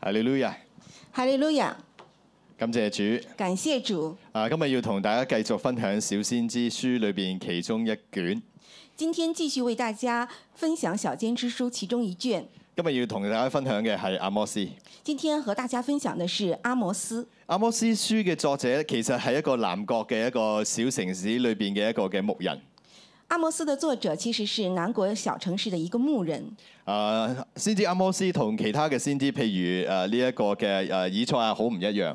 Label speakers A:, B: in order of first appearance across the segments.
A: 哈利路亞，
B: 哈利路亞，
A: 感謝主。
B: 感謝主。
A: 啊，今日要同大家繼續分享《小先知書》裏邊其中一卷。
B: 今天繼續為大家分享《小先知書》其中一卷。
A: 今日要同大家分享嘅係阿摩斯。
B: 今天和大家分享的是阿摩斯。
A: 阿摩斯書嘅作者其實係一個南國嘅一個小城市裏邊嘅一個嘅牧人。
B: 阿摩斯的作者其實是南國小城市的一個牧人。
A: 啊，先知阿摩斯同其他嘅先知，譬如誒呃呢一個嘅誒以賽亞好唔一樣。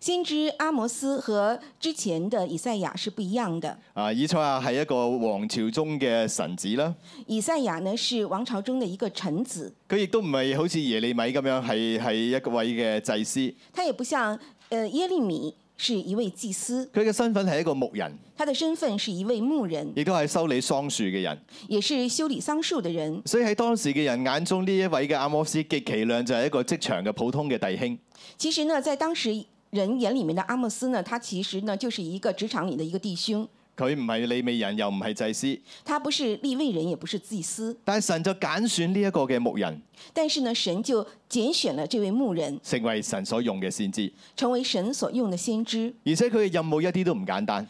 B: 先知阿摩斯和之前的以賽亞是不一樣的。
A: 啊，以賽亞係一個王朝中嘅臣子啦，
B: 以賽亞呢是王朝中的一個臣子，
A: 佢亦都唔係好似耶利米咁樣係係一位嘅祭司，
B: 他也不像呃耶利米是一位祭司，
A: 佢嘅身份係一個牧人，
B: 他的身份是一位牧人，
A: 亦都係修理桑樹嘅人。
B: 也是修理桑樹的人。
A: 所以喺當時嘅人眼中，呢一位嘅阿摩斯極其量就係一個職場嘅普通嘅弟兄。
B: 其實呢，在當時人眼裡面的阿莫斯呢，他其實呢就是一個職場裡的一個弟兄，
A: 佢唔係利未人，又唔係祭司，
B: 他不是利未人，也不是祭司，
A: 但係神就揀選呢一個嘅牧人，
B: 但是呢，神就揀選了這位牧人，
A: 成為神所用嘅先知。
B: 成為神所用的先知。
A: 而且佢嘅任務一啲都唔簡單，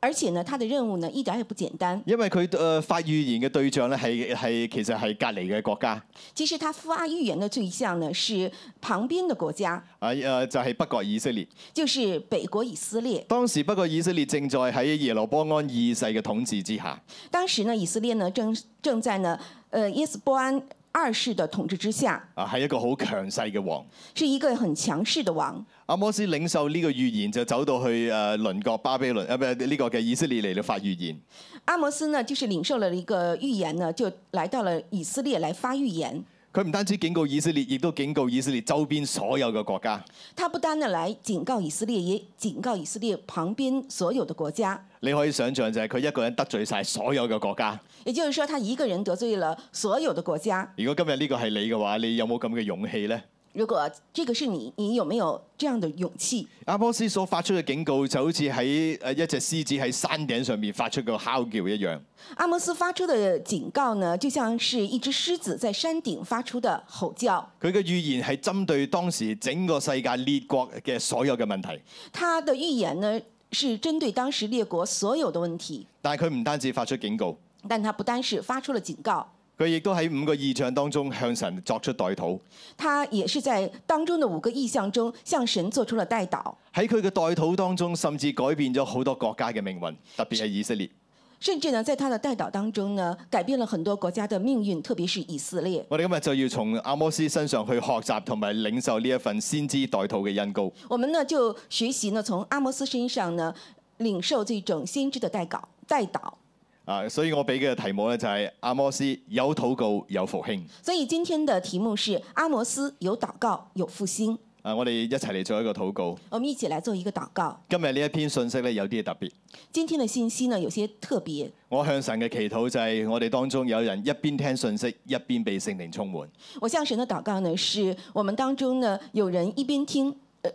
B: 而且呢，他的任務呢一點也不簡單。
A: 因為佢誒、呃發預言嘅對象咧係係其實係隔離嘅國家，
B: 其實他發預言的对象呢是旁邊的國家，
A: 啊誒、呃就係、北國以色列。
B: 就是北國以色列。
A: 當時北國以色列正在喺耶羅波安二世嘅統治之下，
B: 當時呢，以色列呢正正在呢，呃耶斯波安二世的統治之下，
A: 啊係一個好強勢嘅王。
B: 是一個很強勢的王。
A: 阿摩斯領受呢個預言就走到去誒鄰國巴比倫，啊唔係呢個嘅以色列嚟到發預言。
B: 阿摩斯呢，就是領受了一個預言呢，就來到了以色列來發預言。
A: 佢唔單止警告以色列，亦都警告以色列周邊所有嘅國家。
B: 他不單呢來警告以色列，也警告以色列旁邊所有的國家。
A: 你可以想象就係佢一個人得罪晒所有嘅國家。
B: 也就是說，他一個人得罪了所有的國家。
A: 如果今日呢個係你嘅話，你有冇咁嘅勇氣呢？
B: 如果這個是你，你有沒有這樣的勇氣？
A: 阿波斯所發出嘅警告就好似喺誒一隻獅子喺山頂上面發出個哮叫一樣。
B: 阿摩斯發出的警告呢，就像是一隻獅子在山頂發出的吼叫。
A: 佢嘅預言係針對當時整個世界列國嘅所有嘅問題，
B: 他的預言呢，是針對當時列國所有的問題，
A: 但係佢唔單止發出警告，
B: 但他不單是發出了警告，
A: 佢亦都喺五個異象當中向神作出代禱。
B: 他也是在當中的五個意象中向神做出了代禱，
A: 喺佢嘅代禱當中，甚至改變咗好多國家嘅命運，特別係以色列。
B: 甚至呢，在他的代禱當中呢，改變了很多國家的命運，特別是以色列。
A: 我哋今日就要從阿摩斯身上去學習同埋領受呢一份先知代禱嘅恩膏。
B: 我們呢就學習呢，從阿摩斯身上呢領受這種先知的代禱。代禱，
A: 啊，所以我俾嘅題目咧就係、阿摩斯有禱告有復興。
B: 所以今天的題目是阿摩斯有禱告有復興。
A: 啊，我哋一齊嚟做一個禱告。
B: 我們一起來做一個禱告。
A: 今日呢一篇信息咧有啲特別。
B: 今天的信息呢有些特別，
A: 我向神嘅祈禱就係我哋當中有人一邊聽信息，一邊被聖靈充滿。
B: 我向神的禱告呢，是我們當中呢有人一邊聽呃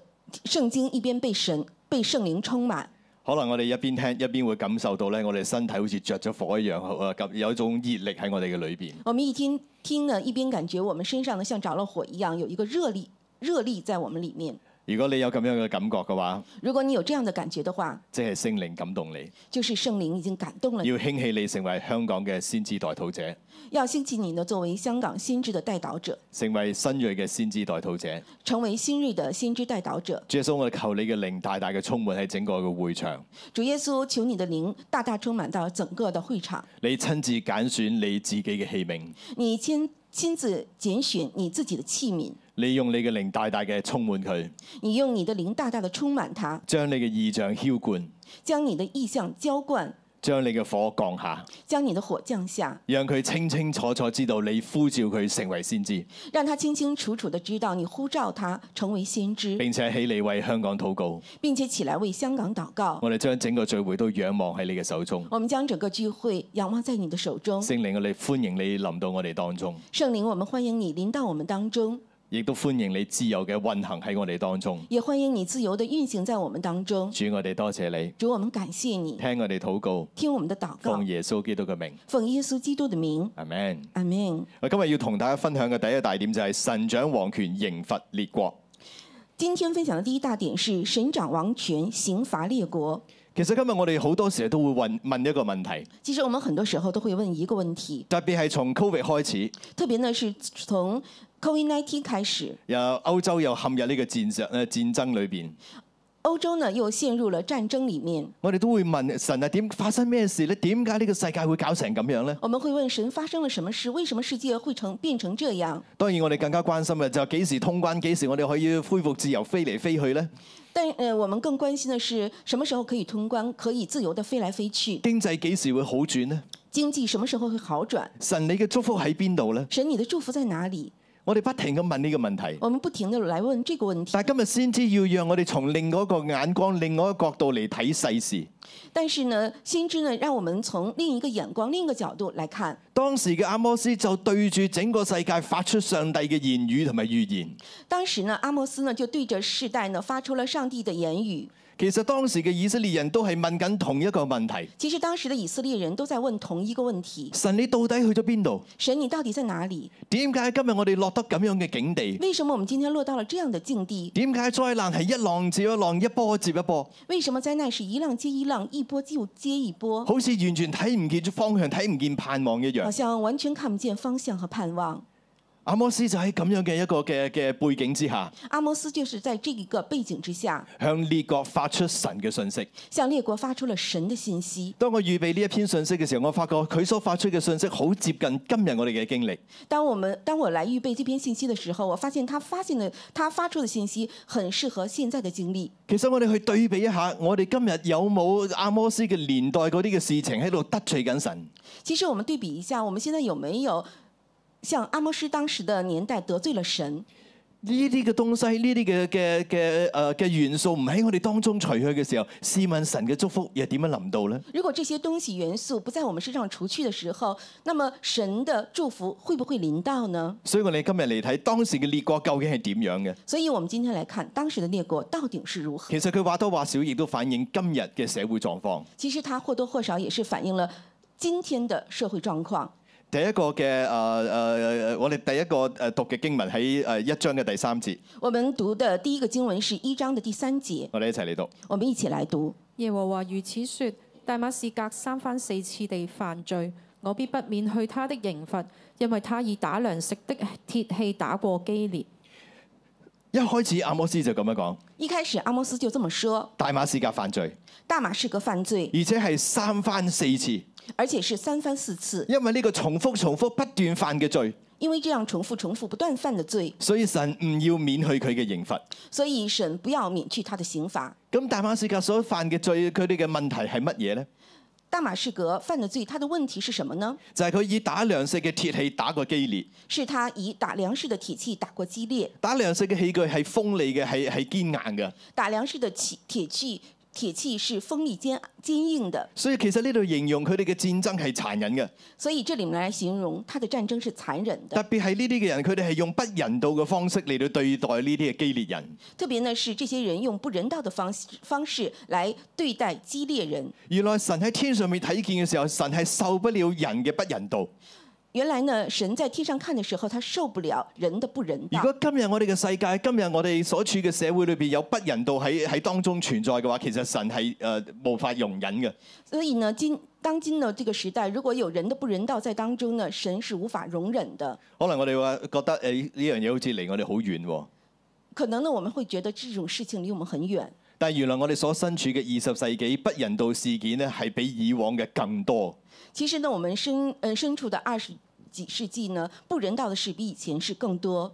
B: 聖經，一邊被神被聖靈充滿。
A: 可能我哋一邊聽一邊會感受到咧，我哋身體好似着咗火一樣，啊，咁有一種熱力喺我哋嘅裏邊。
B: 我們一邊聽呢，一邊感覺我們身上呢像着了火一樣，有一個熱力，熱力在我們裡面。
A: 如果你有咁樣嘅感覺嘅話，
B: 如果你有這樣的感覺的話，
A: 即係聖靈感動你，
B: 就是聖靈已經感動了你，
A: 要興起你成為香港嘅先知代禱者，
B: 要興起你呢作為香港先知的代禱者，
A: 成為新鋭嘅先知代禱者。
B: 成為新锐的先知代禱者。
A: 主耶穌，我哋求你嘅靈大大嘅充滿喺整個嘅會場，
B: 主耶穌，求你的靈大大充滿到整個的會場，
A: 你親自揀選你自己嘅器皿，
B: 你親親自揀選你自己的器皿。
A: 你用你嘅靈大大嘅充滿佢，
B: 你用你的靈大大的充滿它，
A: 將你嘅意象澆灌，
B: 將你的意象浇灌，
A: 將你嘅火降下，
B: 將你的火降下，
A: 讓佢清清楚楚知道你呼召佢成為先知，
B: 讓他清清楚楚的知道你呼召他成為先知，
A: 並且起嚟為香港禱告。
B: 並且起來為香港禱告。
A: 我哋將整個聚會都仰望喺你嘅手中，
B: 我們將整個聚會仰望在你的手中，
A: 聖靈，我哋歡迎你臨到我哋當中。
B: 聖靈，我們歡迎你臨到我們當中，
A: 亦都歡迎你自由嘅運行喺我哋當中。
B: 也欢迎你自由的运行在我们当中。
A: 主，我哋多謝你，
B: 主，我们感谢你，
A: 聽我哋禱告，
B: 听我们的祷告
A: 奉，耶穌基督嘅名，
B: 奉耶稣基督的名，
A: 阿 man。
B: 阿门。
A: 我今日要同大家分享嘅第一大點就係神掌王權刑罰列國。
B: 今天分享的第一大点是神掌王权，刑罚列国。
A: 其實今日我哋好多時候都會問問一個問題，
B: 其实我们很多时候都会问一个问题，
A: 特別係從 Covid 開始，
B: 特别呢是从 COVID-19 开始，
A: 又歐洲又陷入呢個戰爭誒戰爭裏邊，
B: 欧洲呢又陷入了战争里面。
A: 我哋都會問神啊，點發生咩事咧？點解呢個世界會搞成咁樣呢？
B: 我们会问神发生了什么事？为什么世界会成变成这样？
A: 當然我哋更加關心嘅就係幾時通關，幾時我哋可以恢復自由飛嚟飛去呢？
B: 但呃，我们更关心的是什么时候可以通关，可以自由的飞来飞去，
A: 經濟幾時會好轉呢？
B: 经济什么时候会好转？
A: 神你嘅祝福喺邊度呢？
B: 神，你的祝福在哪里？
A: 我哋不停咁問呢個問題，
B: 我们不停的来问这个问题，
A: 但今日先知要讓我哋從另外一個眼光、另外一個角度嚟睇世事。
B: 但是呢，先知呢，让我们从另一个眼光、另一个角度来看。
A: 當時嘅阿摩斯就對住整個世界發出上帝嘅言語同埋預言。
B: 当时呢，阿莫斯呢就对着世代呢发出了上帝的言语。
A: 其實當時嘅以色列人都係問緊同一個問題：
B: 其实当时的以色列人都在问同一个问题：
A: 神你到底去咗邊度？
B: 神，你到底在哪里？
A: 點解今日我哋落得咁樣嘅境地？
B: 为什么我们今天落到了这样的境地？
A: 點解災難係一浪接一浪，一波接一波，
B: 为什么灾难是一浪接一浪，一波就接一波？
A: 好似完全睇唔見方向、睇唔見盼望一
B: 好
A: 樣？
B: 像完全看不见方向和盼望。
A: 阿摩斯就喺咁樣嘅一個嘅嘅背景之下，
B: 阿摩斯就是在这一个背景之下，
A: 向列國發出神嘅信息。
B: 向列国发出了神的信息。
A: 當我預備呢一篇信息嘅時候，我發覺佢所發出嘅信息好接近今日我哋嘅經歷。
B: 当我们当我来预备这篇信息的时候，我发现他发现的他发出的信息很适合现在的经历。
A: 其實我哋去對比一下，我哋今日有冇阿摩斯嘅年代嗰啲嘅事情喺度得罪緊神？
B: 其实我们对比一下，我们现在有没有像阿摩斯当时的年代得罪了神？
A: 呢啲嘅東西，呢啲嘅嘅嘅誒嘅元素唔喺我哋當中除去嘅時候，試問神嘅祝福又點樣臨到呢？
B: 如果这些东西元素不在我们身上除去的时候，那么神的祝福会不会临到呢？
A: 所以我哋今日嚟睇當時嘅列國究竟係點樣嘅？
B: 所以，我们今天来看当时的列国到底是如何。
A: 其實佢或多或少亦都反映今日嘅社會狀況。
B: 其实它或多或少也是反映了今天的社会状况。
A: 第一個嘅誒誒，我哋第一個誒讀嘅經文喺誒一章嘅第三節，
B: 我们读的第一个经文是一章的第三节，
A: 我哋一齊嚟讀。
B: 我们一起来读。
C: 耶和華如此說：大馬士革三番四次地犯罪，我必不免去他的刑罰，因為他以打糧食的鐵器打過基列。
A: 一開始阿摩斯就咁樣講：
B: 一開始，阿摩斯就这么说：
A: 大馬士革犯罪，
B: 大马士革犯罪，
A: 而且係三番四次。
B: 而且是三番四次，
A: 因為呢個重複重複不斷犯嘅罪，
B: 因为这样重复、重复、不断犯的罪，
A: 所以神唔要免去佢嘅刑罰。
B: 所以神不要免去他的刑罚。
A: 咁大馬士革所犯嘅罪，佢哋嘅問題係乜嘢呢？
B: 大马士革犯的罪，他的問題是什麼呢？
A: 就係佢以打糧食嘅鐵器打過基列，
B: 是他以打糧食的鐵器打過基列，
A: 打糧食嘅器具係鋒利嘅，係係堅硬嘅。
B: 打糧食的鐵鐵器鐵器是鋒利堅堅硬的，
A: 所以其實呢度形容佢哋嘅戰爭係殘忍嘅，
B: 所以这里面来形容他的戰爭是殘忍的
A: 特。別係呢啲嘅人，佢哋係用不人道嘅方式嚟到對待呢啲嘅基列人。
B: 特别呢是这些人用不人道的方式方式来对待激烈人。
A: 原來神喺天上面睇見嘅時候，神係受不了人嘅不人道。
B: 原来呢，神在天上看的时候，他受不了人的不人
A: 如
B: 道。
A: 果今日我哋嘅世界，今日我哋所處嘅社會裏邊有不人道喺喺當中存在嘅話，其實神係誒、呃、無法容忍嘅。
B: 所以呢，今当今的这个时代，如果有人的不人道在当中呢，神是无法容忍的。
A: 可能我哋話覺得誒呢樣嘢好似離我哋好遠喎，
B: 可能呢，我们会觉得这种事情离我们很远，
A: 但係原來我哋所身處嘅二十世紀不人道事件呢，係比以往嘅更多。
B: 其实呢，我们身呃身处的二十几世纪呢，不人道的事比以前是更多。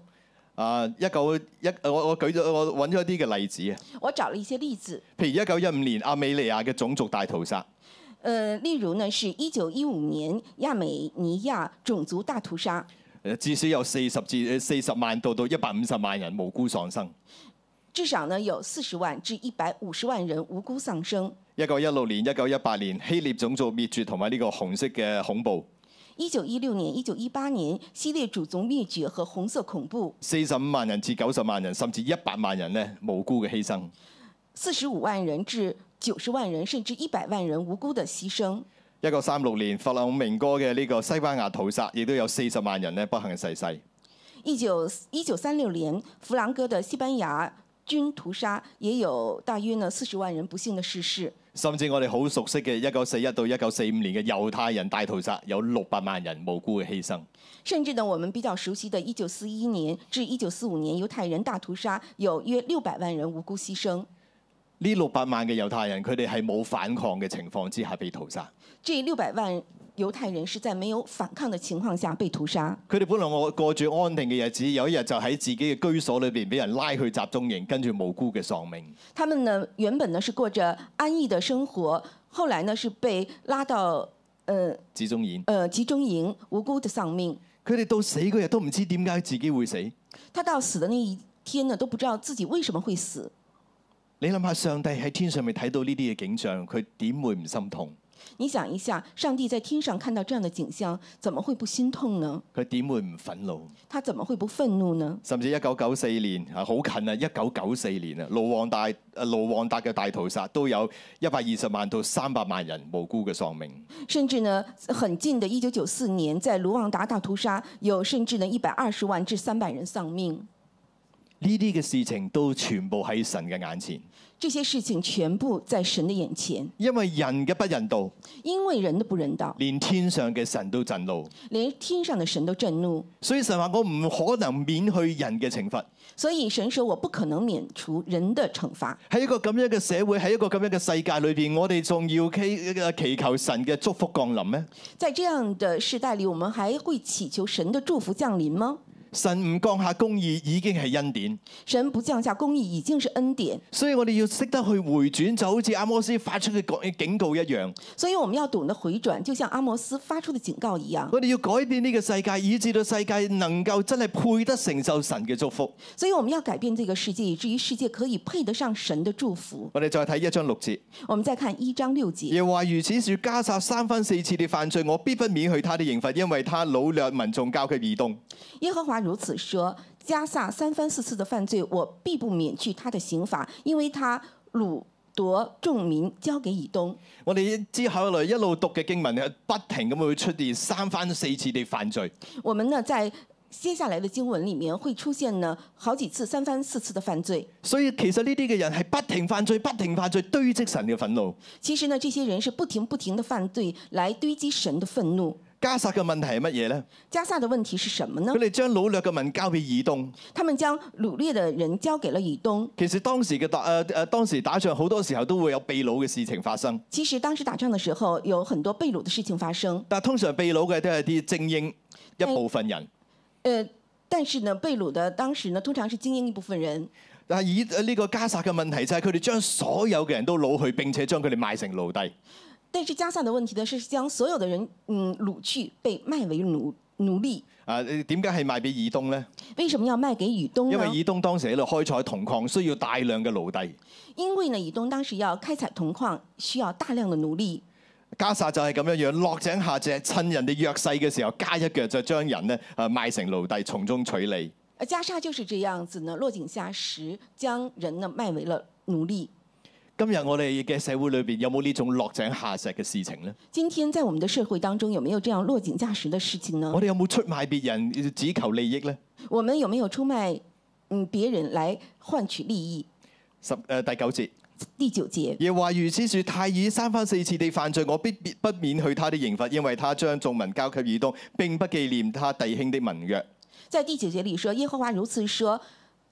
A: 啊，一九一我我舉咗我揾咗一啲嘅例子啊，
B: 我找了一些例子，
A: 譬如一九一五年阿美利亞嘅種族大屠殺，
B: 呃，例如呢是一九一五年亚美尼亚种族大屠杀，
A: 呃至少有四十至呃四十萬到到一百五十萬人無辜喪生。
B: 至少呢有四十万至一百五十万人无辜丧生。
A: 一九一六年、一九一八年希臘種族滅絕同埋呢個紅色嘅恐怖。
B: 一九一六年、一九一八年，西列主族灭绝和红色恐怖，
A: 四十五萬人至九十萬人，甚至一百萬人咧無辜嘅犧牲。
B: 四十五万人至九十万人，甚至一百万人无辜的牺牲。
A: 一九三六年佛朗明哥嘅呢個西班牙屠殺，亦都有四十萬人咧不幸逝世。
B: 一九一九三六年，弗朗哥的西班牙军屠杀也有大约呢四十万人不幸的逝世。
A: 甚至我哋好熟悉嘅一九四一到一九四五年嘅猶太人大屠殺，有六百萬人無辜嘅犧牲。
B: 甚至呢，我们比较熟悉的1941年至1945年犹太人大屠杀，有约六百万人无辜牺牲。
A: 呢六百萬嘅猶太人，佢哋係冇反抗嘅情況之下被屠殺。
B: 这六百万犹太人是在没有反抗的情况下被屠杀。
A: 佢哋本來我過住安定嘅日子，有一日就喺自己嘅居所裏邊俾人拉去集中營，跟住無辜嘅喪命。
B: 他们呢，原本呢是过着安逸的生活，后来呢是被拉到呃
A: 至中演，
B: 呃集中营，无辜的丧命。
A: 佢哋到死嗰日都唔知點解自己會死。
B: 他到死的那一天呢，都不知道自己为什么会死。
A: 你諗下，上帝喺天上面睇到呢啲嘅景象，佢點會唔心痛？
B: 你想一下，上帝在天上看到这样的景象，怎么会不心痛呢？
A: 佢點會唔憤怒？
B: 他怎么会不愤怒呢？
A: 甚至一九九四年啊，好近啊！一九九四年啊，盧旺大啊盧旺達嘅大屠殺都有一百二十萬到三百萬人無辜嘅喪命。
B: 甚至呢，很近的1994年，在卢旺达大屠杀，有甚至呢120万至300人丧命。
A: 呢啲嘅事情都全部喺神嘅眼前，
B: 这些事情全部在神的眼前，
A: 因為人嘅不人道，
B: 因为人的不人道，
A: 連天上嘅神都震怒，
B: 连天上的神都震怒，
A: 所以神話我唔可能免去人嘅懲罰。
B: 所以神说我不可能免除人的惩罚。
A: 喺一個咁樣嘅社會，喺一個咁樣嘅世界裏邊，我哋仲要祈呃祈求神嘅祝福降臨咩？
B: 在这样的时代里，我们还会祈求神的祝福降临吗？
A: 神唔降下公義已經係恩典，
B: 神不降下公义已经是恩典，
A: 所以我哋要識得去回轉，就好似阿摩斯發出嘅警告一樣。
B: 所以我们要懂得回转，就像阿摩斯发出的警告一样。
A: 我哋要改變呢個世界，以至到世界能夠真係配得承受神嘅祝福。
B: 所以我们要改变这个世界，以至于世界可以配得上神的祝福。
A: 我哋再睇一章六節，
B: 我们再看一章六节。
A: 耶和華如此説：加撒三番四次地犯罪，我必不免去他的刑罰，因為他掳掠民眾，教佢移動。
B: 耶和华如此说：加萨三番四次的犯罪，我必不免去他的刑罚，因为他掳夺众民交给以东。
A: 我哋之後來一路讀嘅經文咧，不停咁會出現三番四次地犯罪。
B: 我们呢，在接下来的经文里面会出现呢好几次三番四次的犯罪。
A: 所以其實呢啲嘅人係不停犯罪，不停犯罪，堆積神嘅憤怒。
B: 其实呢，这些人是不停不停的犯罪来堆积神的愤怒。
A: 加撒嘅問題係乜嘢呢？
B: 加萨的问题是什么呢
A: 佢？哋將掳掠嘅民交俾以東。
B: 他们將掳掠的人交给了以东。
A: 其實當時嘅打誒誒、當時打仗好多時候都會有秘掳嘅事情發生，
B: 其实当时打仗的时候，有很多被掳的事情发生。
A: 但通常秘掳嘅都係啲精英一部分人。
B: 呃，但是呢，被掳的当时呢，通常是精英一部分人。
A: 但係以呃呢個加撒嘅問題就係佢哋將所有嘅人都擄去，並且將佢哋賣成奴隸。
B: 但是加萨的问题呢，是将所有的人嗯掳去，被卖为奴奴隶。
A: 啊，呃點解係賣俾以東呢？
B: 为什么要卖给以东
A: 因
B: 呢
A: 為？以東當時喺度開採銅礦，需要大量嘅奴隸。
B: 因为呢，以东当时要开采铜礦，需要大量的奴隶。
A: 加撒就係咁樣樣，落井下石，趁人哋弱勢嘅時候加一腳，就將人咧誒賣成奴隸，從中取利。
B: 而加沙就是这样子呢，落井下石，将人呢卖为了奴隶。
A: 今日我哋嘅社會裏邊有冇呢種落井下石嘅事情呢？
B: 今天在我们的社会当中，有没有这样落井下石的事情呢？
A: 我哋有冇出賣別人只求利益呢？
B: 我们有没有出卖嗯别人来换取利益？
A: 十誒、呃第九節，
B: 第九节，
A: 耶和華如此説：太爾三番四次地犯罪，我必必不免去他的刑罰，因為他將眾民交給以東，並不紀念他弟兄的盟約。
B: 在第九节里说，耶和华如此说。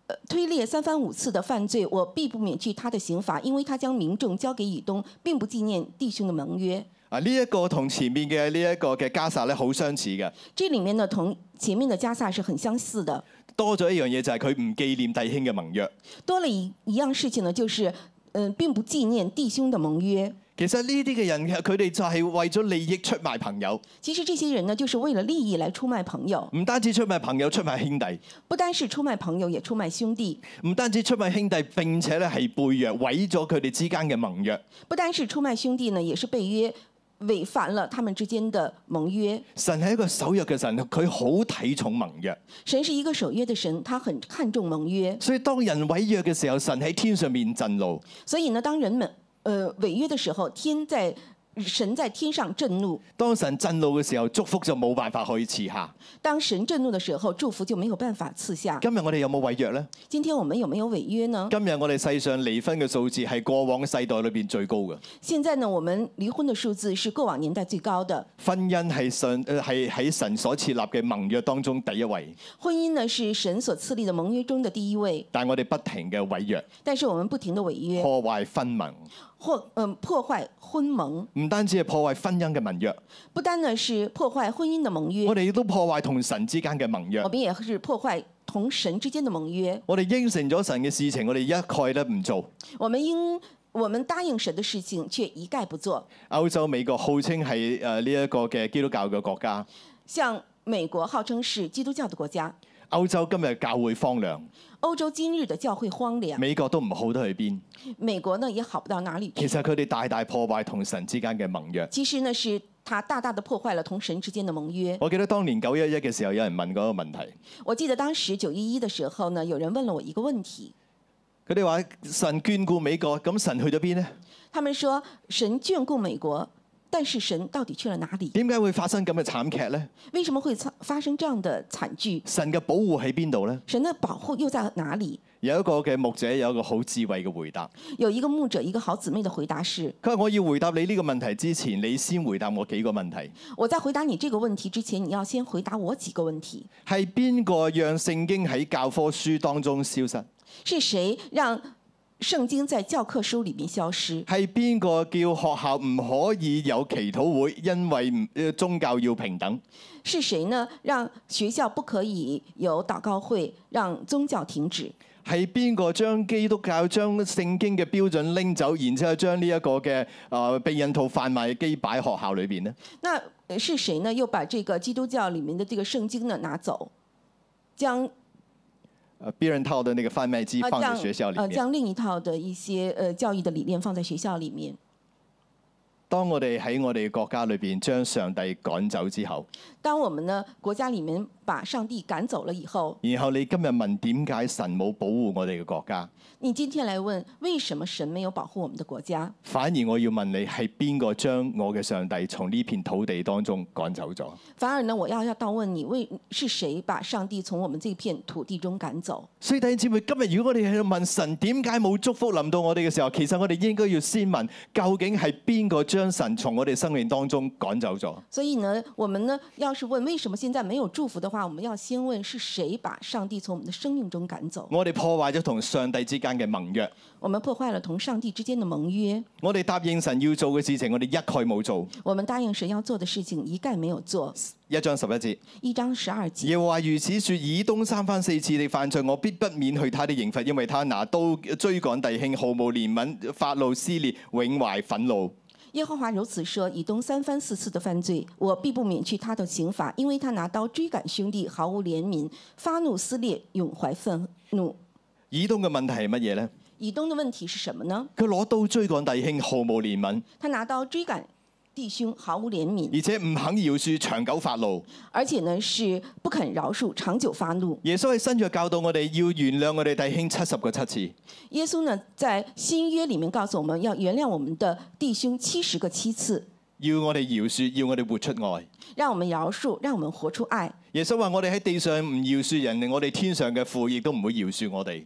B: 呃，推列三番五次的犯罪，我必不免去他的刑罚，因为他将民众交给以东，并不纪念弟兄的盟约。
A: 啊！呢、一個同前面嘅呢一個嘅加撒咧好相似嘅，
B: 这里面呢，同前面的加萨是很相似的，
A: 多咗一樣嘢就係佢唔紀念弟兄嘅盟約。
B: 多了一一样事情呢，就是嗯、呃并不纪念弟兄的盟约。
A: 其實呢啲嘅人，佢哋就係為咗利益出賣朋友，
B: 其实这些人呢，就是为了利益来出卖朋友，
A: 唔單止出賣朋友，出賣兄弟，
B: 不单是出卖朋友，也出卖兄弟。
A: 唔單止出賣兄弟，並且咧係背約，毀咗佢哋之間嘅盟約。
B: 不单是出卖兄弟呢，也是背约，违反了他们之间的盟约。
A: 神係一個守約嘅神，佢好睇重盟約。
B: 神是一个守约的神，他很看重盟约，
A: 所以當人毀約嘅時候，神喺天上面震怒。
B: 所以呢，当人们呃违约的时候，天在神在天上震怒；
A: 當神震怒嘅時候，祝福就冇辦法可以賜下。
B: 当神震怒的时候，祝福就没有办法赐下。
A: 今日我哋有冇毀約呢？
B: 今天我们有没有违约呢？
A: 今日我哋世上離婚嘅數字係過往嘅世代裏邊最高嘅。
B: 现在呢，我们离婚的数字是过往年代最高的，
A: 婚姻係上誒係喺神所設立嘅盟約當中第一位，
B: 婚姻呢是神所赐立的盟约中的第一位，
A: 但我哋不停嘅毀約，
B: 但是我们不停的违约，
A: 破壞婚盟，
B: 或嗯、破壞婚盟，
A: 唔單止係破壞婚姻嘅盟約，
B: 不單呢是破壞婚姻的盟約
A: 我，哋亦都破壞同神之間嘅盟約
B: 我。们也是破壞同神之間的盟約。
A: 我哋應承咗神嘅事情，我哋一概都唔做。
B: 我们应我們答應神的事情，卻一概不做。
A: 歐洲美國號稱係誒呃呢一個嘅基督教嘅國家，
B: 像美國號稱是基督教的國家，
A: 歐洲今日教會荒涼，
B: 歐洲今日的教會荒涼，
A: 美國都唔好得去邊。
B: 美國呢也好不到哪裡
A: 其
B: 去。
A: 實佢哋大大破壞同神之間嘅盟約。
B: 其實呢，是他大大的破壞了同神之間的盟約。
A: 我記得當年九一一嘅時候，有人問過一個問題，
B: 我記得當時九一一的時候呢，有人問了我一個問題，
A: 佢哋話神眷顧美國，咁神去咗邊呢？
B: 他們說神眷顧美國，但是神到底去了哪裡？
A: 點解會發生咁嘅慘劇呢？
B: 為什麼會發發生這樣的慘劇？
A: 神嘅保護喺邊度呢？
B: 神的保護又在哪裡？
A: 有一個嘅牧者有一個好智慧嘅回答，
B: 有一個牧者，一個好姊妹的回答是：
A: 佢話：我要回答你呢個問題之前，你先回答我幾個問題。
B: 我在回答你這個問題之前，你要先回答我幾個問題。
A: 係邊個讓聖經喺教科書當中消失？
B: 是誰讓聖經在教科書裡面消失？
A: 係邊個叫學校唔可以有祈禱會，因為唔呃宗教要平等？
B: 是誰呢？讓學校不可以有禱告會，讓宗教停止？
A: 係邊個將基督教將聖經嘅標準拎走，然之後將呢一個嘅誒避孕套販賣機擺喺學校裏邊呢？
B: 那呃是誰呢？又把這個基督教裡面的這個聖經呢拿走，将
A: 呃避孕套的那個販賣機
B: 啊
A: 放在
B: 将
A: 學校裏
B: 呃
A: 面。
B: 将另一套的一些呃教育的理念放在學校裡面。
A: 當我哋喺我哋國家裏邊將上帝趕走之後，
B: 當我們呢國家裡面把上帝趕走了以後，
A: 然後你今日問點解神冇保護我哋嘅國家，
B: 你今天來問為什麼神沒有保護我們的國家？
A: 反而我要問你係邊個將我嘅上帝從呢片土地當中趕走咗？
B: 反而呢，我要要倒問你，为是谁把上帝從我們這片土地中趕走？
A: 所以弟兄姊妹，今日如果我哋喺度問神點解冇祝福臨到我哋嘅時候，其實我哋應該要先問究竟係邊個將神從我哋生命當中趕走咗？
B: 所以呢，我們呢，要是問為什麼現在沒有祝福的話，我們要先問是誰把上帝從我們的生命中趕走？
A: 我哋破壞咗同上帝之間嘅盟約，
B: 我們破壞了同上帝之間的盟約，
A: 我哋答應神要做嘅事情，我哋一概冇做。
B: 我們答應神要做的事情一概沒有做。
A: 一章十一節，
B: 一章十二節，
A: 耶和華如此說：以東三番四次地犯罪，我必不免去他的刑罰，因為他拿刀追趕弟兄，毫無憐憫，發怒撕裂，永懷憤怒。
B: 耶和華如此說：以東三番四次的犯罪，我必不免去他的刑罰，因為他拿刀追趕兄弟，毫無憐憫，發怒撕裂，永懷憤怒。
A: 以東嘅問題係乜嘢呢？
B: 以東的問題是什麼呢？
A: 佢攞刀追趕弟兄，毫無憐憫，
B: 他拿刀追趕弟兄，毫無憐憫，
A: 而且唔肯饒恕，長久發怒。
B: 而且呢是不肯饶恕，长久发怒。
A: 耶穌喺新約教導我哋要原諒我哋弟兄七十個七次。
B: 耶稣呢在新约里面告诉我们要原谅我们的弟兄七十个七次，
A: 要我哋饒恕，要我哋活出愛。
B: 让我们饶恕，让我们活出爱。
A: 耶穌話：我哋喺地上唔饒恕人，我哋天上嘅父亦都唔會饒恕我哋。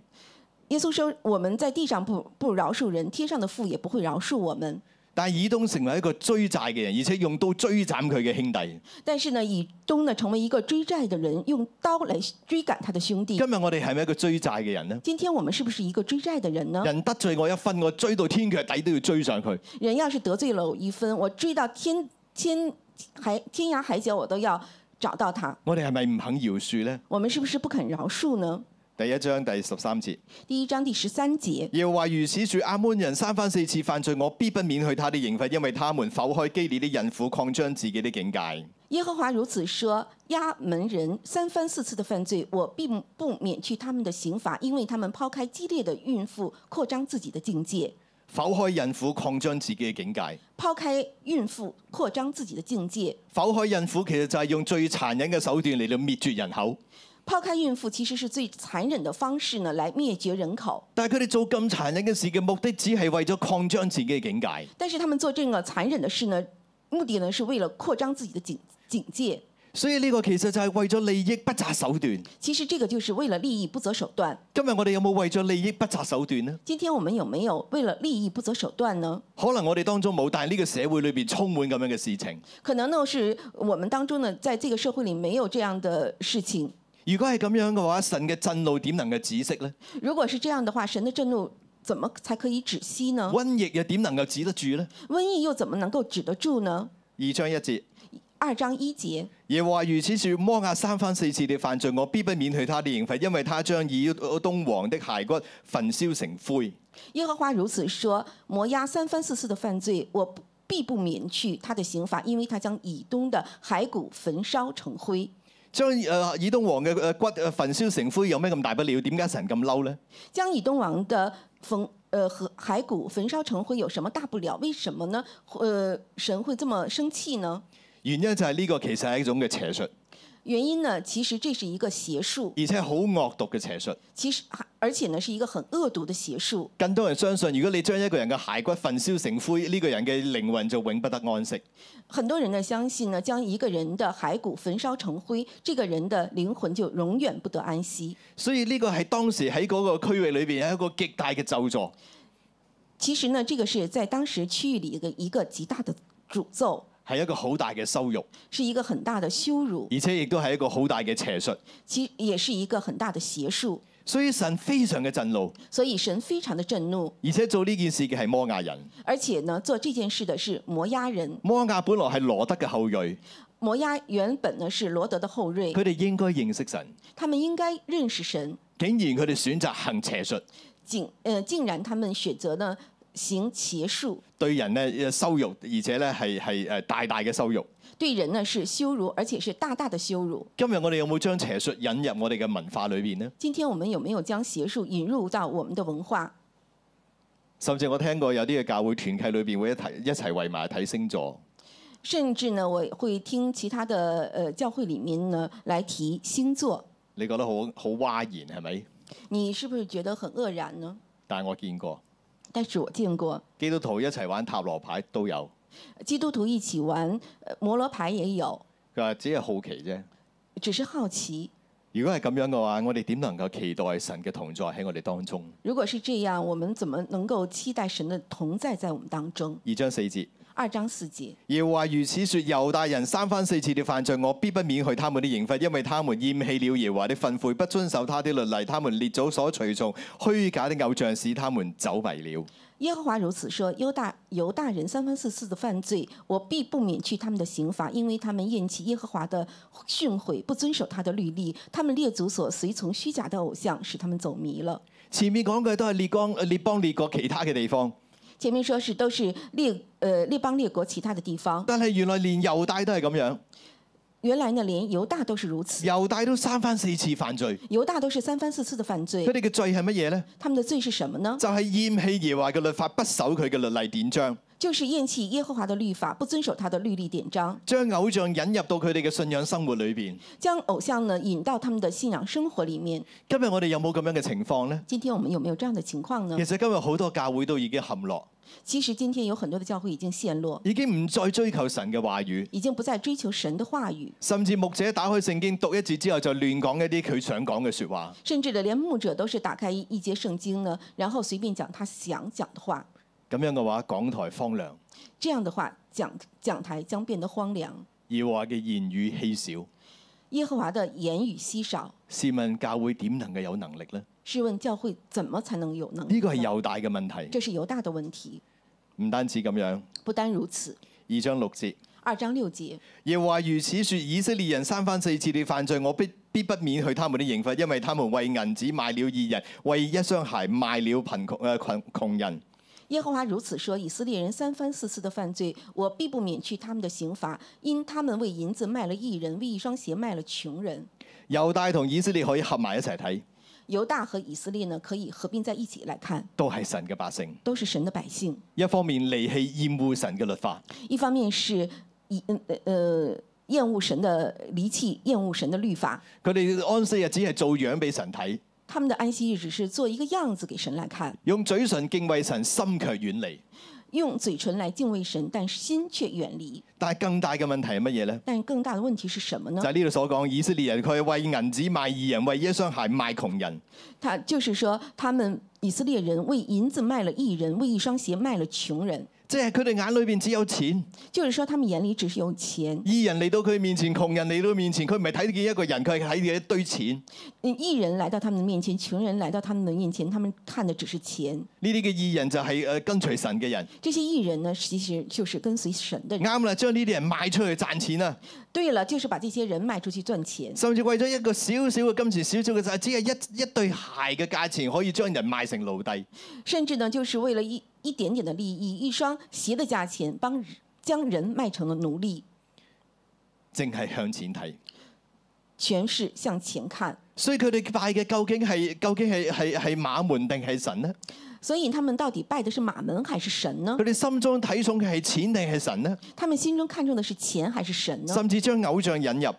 B: 耶稣说：“我们在地上不不饶恕人，天上的父也不会饶恕我们。
A: 但以東成為一個追債嘅人，而且用刀追斬佢嘅兄弟。”
B: 但是呢，以东呢成为一个追债的人，用刀来追赶他的兄弟
A: 今。日我哋係咪一個追債嘅人呢？
B: 今天我们是不是一个追债的人呢？
A: 人得罪我一分，我追到天腳底都要追上佢。
B: 人要是得罪了我一分，我追到天天海天涯海角，我都要找到他。
A: 我哋係咪唔肯饒恕呢？
B: 我们是不是不肯饶恕呢？
A: 第一章第十三節，
B: 第一章第十三节，
A: 耶和華如此説：亞捫人三番四次犯罪，我必不免去他的刑罰，因為他們剖開基列的孕婦，擴張自己的境界。
B: 耶和华如此说：押门人三番四次的犯罪，我并不免去他们的刑罚，因为他们抛开激烈的孕妇，扩张自己的境界。
A: 剖開孕婦，擴張自己嘅境界。
B: 抛开孕妇，扩张自己的境界。
A: 剖開孕婦其實就係用最殘忍嘅手段嚟到滅絕人口，
B: 抛开孕妇其实是最残忍的方式呢，来灭绝人口。
A: 但係佢哋做咁殘忍嘅事嘅目的，只係為咗擴張自己嘅境界。
B: 但是他们做这个残忍的事呢，目的呢是为了扩张自己的警警戒。
A: 所以呢個其實就係為咗利益不擇手段。
B: 其实这个就是為了利益不擇手段。
A: 今日我哋有冇為咗利益不擇手段呢？
B: 今天我们有没有為了利益不擇手段呢？
A: 可能我哋當中冇，但係呢個社會裏邊充滿咁樣嘅事情。
B: 可能呢是我们当中呢，在这个社會里沒有這樣的事情。
A: 如果係咁樣嘅話，神嘅震怒點能夠止息呢？
B: 如果是這樣的話，神的震怒怎麼才可以止息呢？
A: 瘟疫又點能夠止得住呢？
B: 瘟疫又怎麼能夠止得住呢？
A: 二章一節，
B: 二章一節，
A: 耶和華如此説：摩亞三番四次地犯罪，我必不免去他的刑罰，因為他將以東王的骸骨焚燒成灰。
B: 耶和華如此說：摩押三番四次的犯罪，我不必不免去他的刑罰，因為他將以東的骸骨焚燒成灰。
A: 將誒呃以東王嘅誒骨呃焚燒成灰有咩咁大不了？點解神咁嬲呢？
B: 将以东王的焚呃和骸骨焚烧成灰有什么大不了？为什么呢？呃，神会这么生气呢？
A: 原因就係呢個其實係一種嘅邪術，
B: 原因呢，其实这是一个邪术，
A: 而且好惡毒嘅邪術。
B: 其实还而且呢是一个很恶毒的邪术。
A: 更多人相信，如果你將一個人嘅骸骨焚燒成灰，呢、個人嘅靈魂就永不得安息。
B: 很多人呢相信呢，将一个人的骸骨焚烧成灰，这个人的灵魂就永远不得安息。
A: 所以呢個係當時喺嗰個區域裏邊係一個極大嘅咒詛。
B: 其实呢，这个是在当时区域里一个一个极大的诅咒，
A: 係一個好大嘅羞辱，
B: 是一个很大的羞辱，
A: 而且亦都係一個好大嘅邪術。
B: 其也是一个很大的邪术。
A: 所以神非常嘅震怒，
B: 所以神非常的震怒，
A: 而且做呢件事嘅係摩亞人。
B: 而且呢，做这件事的是摩押人。
A: 摩亞本來係羅德嘅後裔，
B: 摩押原本呢是罗德的后裔，
A: 佢哋應該認識神，
B: 他们应该认识神，
A: 竟然佢哋選擇行邪術，
B: 竟呃竟然他们选择呢行邪术，
A: 對人咧羞辱，而且咧係係誒大大嘅羞辱。
B: 对人呢是羞辱，而且是大大的羞辱。
A: 今日我哋有冇將邪術引入我哋嘅文化裏邊呢？
B: 今天我们有没有将邪术引入到我们的文化？
A: 甚至我聽過有啲嘅教會團契裏邊會一齊一齊圍埋睇星座，
B: 甚至呢，我会听其他的呃教会里面呢来提星座，
A: 你覺得好好嘩然係咪？
B: 你是不是觉得很愕然呢？
A: 但係我見過
B: 但是我见过
A: 基督徒一齊玩塔羅牌都有，
B: 基督徒一起玩呃摩罗牌也有，
A: 佢話只係好奇啫。
B: 只是好奇。
A: 如果係咁樣嘅話，我哋點能夠期待神嘅同在喺我哋當中？
B: 如果是这样，我们怎么能够期待神的同在在我们当中？
A: 二章四節，
B: 二章四节，
A: 耶和華如此説：猶大人三番四次的犯罪，我必不免去他們的刑罰，因為他們厭棄了耶和華的訓誨，不遵守他的律例，他們列祖所隨從虛假的偶像，使他們走迷了。
B: 耶和华如此说：犹大犹大人三番四次的犯罪，我必不免去他们的刑罚，因为他们厌弃耶和华的训诲，不遵守他的律例，他们列祖所随从虚假的偶像，使他们走迷了。
A: 前面講嘅都係列光列邦列國其他嘅地方，
B: 前面说是都是列呃列邦列国其他的地方，
A: 但係原來連猶大都係咁樣，
B: 原来呢连犹大都是如此，
A: 猶大都三番四次犯罪。
B: 犹大都是三番四次的犯
A: 佢
B: 罪，
A: 哋嘅罪係乜嘢呢？
B: 他们的罪是什么呢？
A: 就係厭棄耶和華嘅律法，不守佢嘅律例典章，
B: 就是厌弃耶和华的律法，不遵守他的律例典章。
A: 將偶像引入到佢哋嘅信仰生活裏邊。
B: 将偶像呢引到他们的信仰生活里面。
A: 今日我哋有冇咁樣嘅情況呢？
B: 今天我们有没有这样的情况呢
A: 其？實今日好多教會都已經陷落，
B: 其实今天有很多的教會已經陷落，
A: 已經唔再追求神嘅話語，
B: 已經不再追求神的話語，
A: 甚至牧者打開聖經讀一節之後就亂講一啲佢想講嘅説話。
B: 甚至的连牧者都是打開一节聖經呢，然後隨便講他想講的話。
A: 咁樣嘅話，港台荒涼，
B: 这樣的话，講講台將變得荒涼。
A: 耶和華嘅言語稀少。
B: 耶和華的言語稀少，
A: 試問教會點能夠有能力呢？
B: 試問教會怎麼才能有能力？
A: 呢個係，猶大嘅問題。
B: 这是猶大的問題。
A: 唔單止咁樣，
B: 不單如此，
A: 二章六節。
B: 二章六節，
A: 耶和華如此説：以色列人三番四次地犯罪，我必必不免去他們的刑罰，因為他們為銀子賣了義人，為一雙鞋賣了貧窮誒窮窮人。
B: 耶和華如此说：以色列人三番四次的犯罪，我必不免去他们的刑罚，因他们为银子卖了艺人，为一双鞋卖了穷人。
A: 猶大同以色列可以合埋一齊睇，
B: 犹大和以色列呢，可以合并在一起来看，
A: 都係神嘅百姓。
B: 都是神的百姓。
A: 一方面離棄厭惡神嘅律法，
B: 一方面是以嗯呃呃厌恶神的离弃，厌恶神的律法，
A: 佢哋安息日只係做樣俾神睇，
B: 他们的安息日只是做一个样子给神来看，
A: 用嘴唇敬畏神，心卻遠離。
B: 用嘴唇来敬畏神，但是心却远离。
A: 但係更大嘅問題係乜嘢呢？
B: 但更大的问题是什么
A: 就
B: 呢？
A: 係呢度所講，以色列人佢係為銀子賣義人，為一雙鞋賣窮人。
B: 他就是说，他们以色列人为银子卖了艺人，为一双鞋卖了穷人，
A: 即係佢哋眼裏邊只有錢，
B: 就是说他们眼里只是有钱。
A: 義人嚟到佢面前，窮人嚟到佢面前，佢唔係睇見一個人，佢係睇見一堆錢。
B: 嗯，艺人来到他们的面前，穷人来到他们的面前，他们看的只是钱。
A: 呢啲嘅義人就係誒跟隨神嘅人，
B: 这些艺人呢，其实就是跟随神的人。
A: 啱啦，將呢啲人賣出去賺錢啊！
B: 对了，就是把这些人卖出去赚钱，
A: 甚至為咗一個小小嘅金錢、小小嘅債，只係一一對鞋嘅價錢，可以將人賣成奴隸。
B: 甚至呢，就是为了一一点点的利益，一双鞋的价钱，帮将人卖成了奴隶。
A: 淨係向錢睇。
B: 全是向前看，
A: 所以佢哋拜嘅究竟係究竟係係係馬門定係神呢？
B: 所以他们到底拜的是马门还是神呢
A: 佢？哋心中睇重嘅係錢定係神呢？
B: 他们心中看重的是钱还是神呢？
A: 甚至將偶像引入。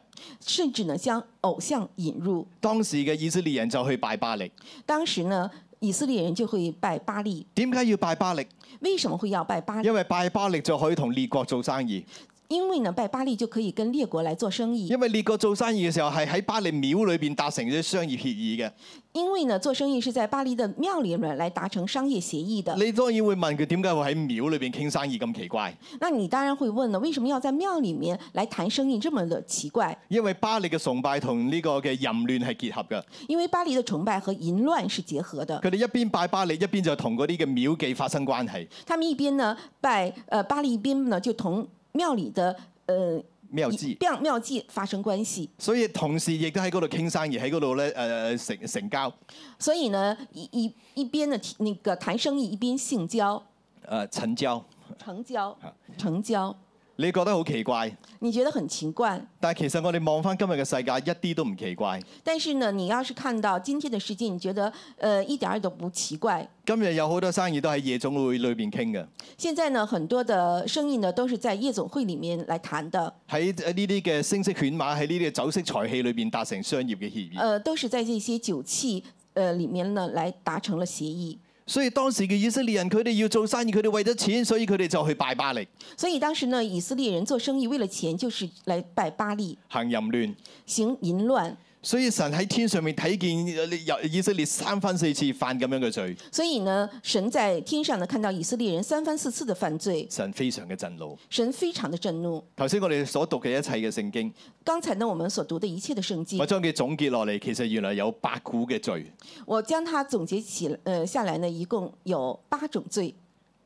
B: 甚至呢，将偶像引入。
A: 當時嘅以色列人就去拜巴力。
B: 当时呢，以色列人就会拜巴利。
A: 點解要拜巴力？
B: 为什么会要拜巴利？
A: 因為拜巴力就可以同列國做生意。
B: 因为呢，拜巴利就可以跟列国来做生意。
A: 因為列國做生意嘅時候係喺巴力廟裏邊達成咗商業協議嘅。
B: 因为呢，做生意是在巴黎的庙里面来達成商業協議的。
A: 你當然會問佢點解會喺廟裏邊傾生意咁奇怪？
B: 那你當然會問了，為什麼要在廟里面來談生意这麼的奇怪？
A: 因為巴力嘅崇拜同呢個嘅淫亂係結合嘅。
B: 因為巴黎的崇拜和淫亂是結合的。
A: 佢哋一邊拜巴力，一邊就同嗰啲嘅廟妓發生關係。
B: 他們一邊呢拜呃巴黎，一邊呢就同廟里的呃
A: 廟知。
B: 廟廟妓發生關係。
A: 所以同時亦都喺嗰度傾生意，喺嗰度咧誒成成交誒、
B: 所以呢，一一一邊呢提那個談生意，一邊性交、
A: 呃、成交。
B: 成交、成交。
A: 你覺得好奇怪，
B: 你覺得很奇怪，
A: 但係其實我哋望翻今日嘅世界，一啲都唔奇怪。
B: 但是呢，你要是看到今天的世界，你覺得呃一點兒都不奇怪。
A: 今日有好多生意都喺夜總會裏邊傾嘅，
B: 现在呢，很多的生意呢都是在夜总会里面来谈的，
A: 喺誒呢啲嘅聲色犬馬，喺呢啲嘅酒色財氣裏邊達成商業嘅協議。
B: 呃，都是在这些酒气呃里面呢来达成了协议。
A: 所以當時嘅以色列人，佢哋要做生意，佢哋為咗錢，所以佢哋就去拜巴力，
B: 所以当时呢，以色列人做生意为了錢，就是来拜巴利，
A: 行淫亂。
B: 行淫亂。
A: 所以神喺天上面睇見呃有以色列三番四次犯咁樣嘅罪，
B: 所以呢，神在天上呢看到以色列人三番四次的犯罪，
A: 神非常嘅震怒。
B: 神非常的震怒。
A: 頭先我哋所讀嘅一切嘅聖經。
B: 刚才呢，我们所讀的一切的聖
A: 我
B: 經，
A: 將佢總結落嚟，其實原來有八股嘅罪，
B: 我将它总结起来呃下来呢，一共有八种罪，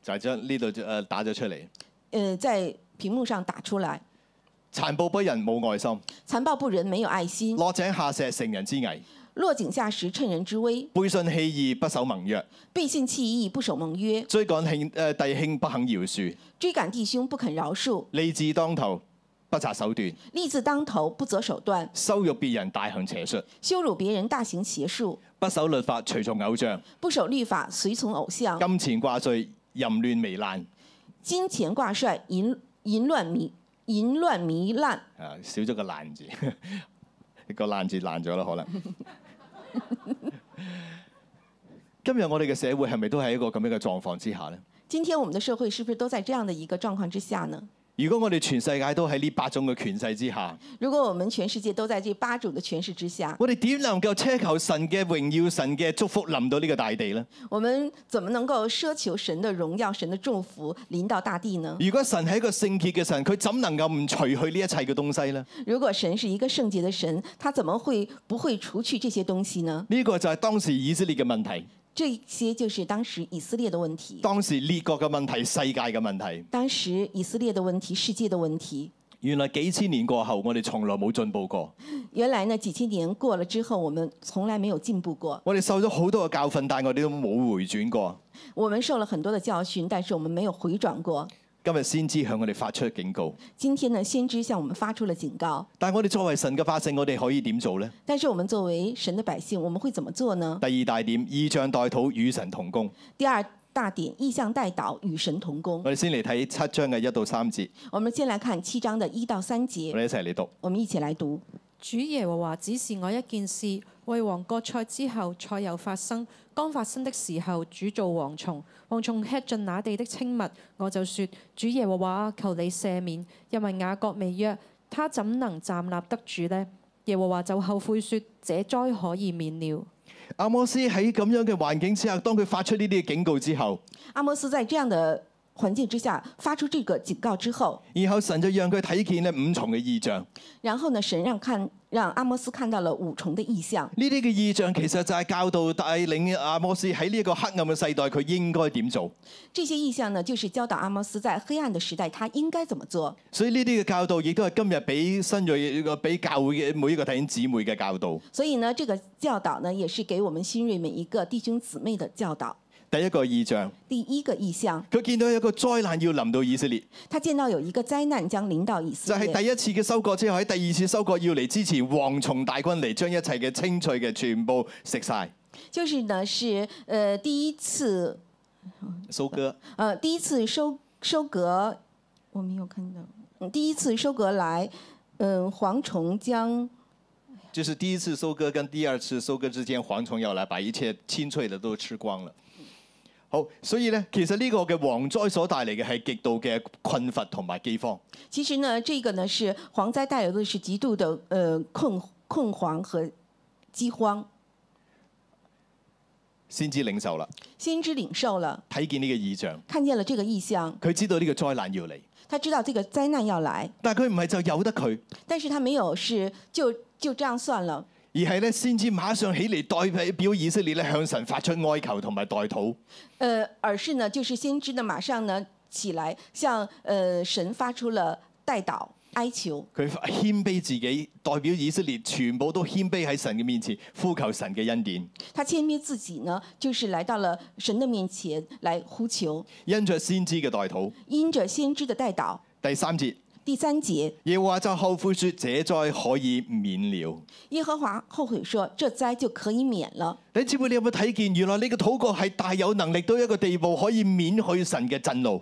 A: 就係將呢度誒打咗出嚟。
B: 呃，在屏幕上打出來：
A: 殘暴不仁冇愛心，
B: 殘暴不仁，没有愛心。
A: 落井下石成人之危，
B: 落井下石，趁人之危；
A: 背信棄義不守盟約，
B: 背信弃义，不守盟约；
A: 追趕兄誒弟兄不肯饒恕，
B: 追赶弟兄，不肯饶恕；
A: 利字當頭不擇手段，
B: 利字当头，不择手段；
A: 羞辱別人大行邪術，
B: 羞辱別人，大行邪术；
A: 不守律法隨從偶像，
B: 不守律法，随从偶像；
A: 金錢掛帥淫亂糜爛。
B: 金钱挂帅，淫淫乱迷淫乱糜烂；
A: 啊，少咗個爛字， 個爛字爛咗啦，可能。 今日我哋嘅社會係咪都喺一個咁樣嘅狀況之下呢？
B: 今天我们的社会是不是都在这样的一个状况之下呢？
A: 如果我哋全世界都喺呢八種嘅權勢之下，
B: 如果我们全世界都在这八种的权势之下，
A: 我哋點能夠奢求神嘅榮耀、神嘅祝福臨到呢個大地呢？
B: 我们怎么能够奢求神的荣耀、神的祝福临到大地呢？
A: 如果神係一個聖潔嘅神，佢怎能夠唔除去呢一切嘅東西呢？
B: 如果神是一个圣洁的神，他怎么会不会除去这些东西呢？
A: 呢、個就係當時以色列嘅問題，
B: 这些就是当时以色列的问题，
A: 當時列國嘅問題、世界嘅問題。
B: 当时以色列的问题、世界的问題。
A: 原來幾千年過後，我哋從來冇進步過。
B: 原来呢，几千年过了之后，我们从來没有进步過。
A: 我哋受咗好多嘅教訓，但係我哋都冇回轉過。
B: 我们受了很多的教訓，但是我们没有回轉過。
A: 今日先知向我哋發出警告。
B: 今天呢，先知向我们发出了警告，
A: 但我哋作為神嘅百姓，我哋可以點做呢？
B: 但是我们作为神的百姓，我们会怎么做呢？
A: 第二大點，意象代土與神同工。
B: 第二大点，意向代祷，与神同工。
A: 我哋先嚟睇七章嘅一到三節，
B: 我们先来看七章的一到三
A: 我
B: 节，
A: 哋一齊嚟讀。
B: 我们一起来读。
C: 主耶和華指示我一件事：為王割菜之後，菜又發生。剛發生的時候，主造蝗蟲，蝗蟲吃盡那地的青物。我就說：主耶和華啊，求你赦免，因為雅各未約，他怎能站立得住呢？耶和華就後悔說：這災可以免了。
A: 阿摩斯喺咁樣嘅環境之下，當佢發出呢啲嘅警告之後，
B: 阿摩斯在这样的环境之下发出这个警告之后，
A: 然後神就讓佢睇見咧五重嘅異象。
B: 然后呢，神让看让阿摩斯看到了五重的意象。
A: 呢啲嘅異象其實就係教導帶領阿摩斯喺呢一個黑暗嘅世代，佢應該點做。
B: 这些意象呢，就是教导阿摩斯在黑暗的时代他应该怎么做。
A: 所以呢啲嘅教導亦都係今日俾新锐個俾教會嘅每一個弟兄姊妹嘅教導。
B: 所以呢，这个教导呢，也是给我们新锐们一个弟兄姊妹的教导。
A: 第一個異象，
B: 第一个意象，
A: 佢見到有一個災難要臨到以色列，
B: 他見到有一个灾難将临到以
A: 就
B: 色
A: 係、
B: 列，
A: 第一次嘅收割之後，喺第二次收割要嚟支持蝗蟲大軍嚟將一切嘅青翠嘅全部食晒。
B: 就是呢是呃第一次
A: 蘇哥，
B: 呃第一次收收割，我没有看到，嗯第一次收割来，嗯、蝗虫将
A: 就是第一次收割跟第二次收割之間，蝗蟲又嚟把一切青翠嘅都吃光了。好，所以咧，其實呢個嘅蝗災所帶嚟嘅係極度嘅困乏同埋饑荒。
B: 其实呢这个呢是蝗灾带来的是极度的呃困困惶和饥荒，
A: 先知領袖啦，
B: 先知领受了，
A: 睇見呢個異象，
B: 看見了这个意象，
A: 佢知道呢個災難要嚟，
B: 他知道这个灾难要来，
A: 但係佢唔係就由得佢，
B: 但是他没有是就就这样算了。
A: 而係咧先知馬上起嚟代表以色列咧向神發出哀求同埋代禱。
B: 呃，而是呢，就是先知呢，马上呢起来向呃神发出了代祷哀求，
A: 佢謙卑自己，代表以色列全部都謙卑喺神嘅面前，呼求神嘅恩典。
B: 他谦卑自己呢，就是来到了神的面前来呼求，
A: 因着先知嘅代禱，
B: 因着先知的代祷。
A: 第三節，
B: 第三节，
A: 耶和華就後悔說：這災可以免了。
B: 耶和华后悔说：“这灾就可以免了。
A: 你知唔知你有冇睇見？原來呢個禱告係大有能力到一個地步，可以免去神嘅震怒。”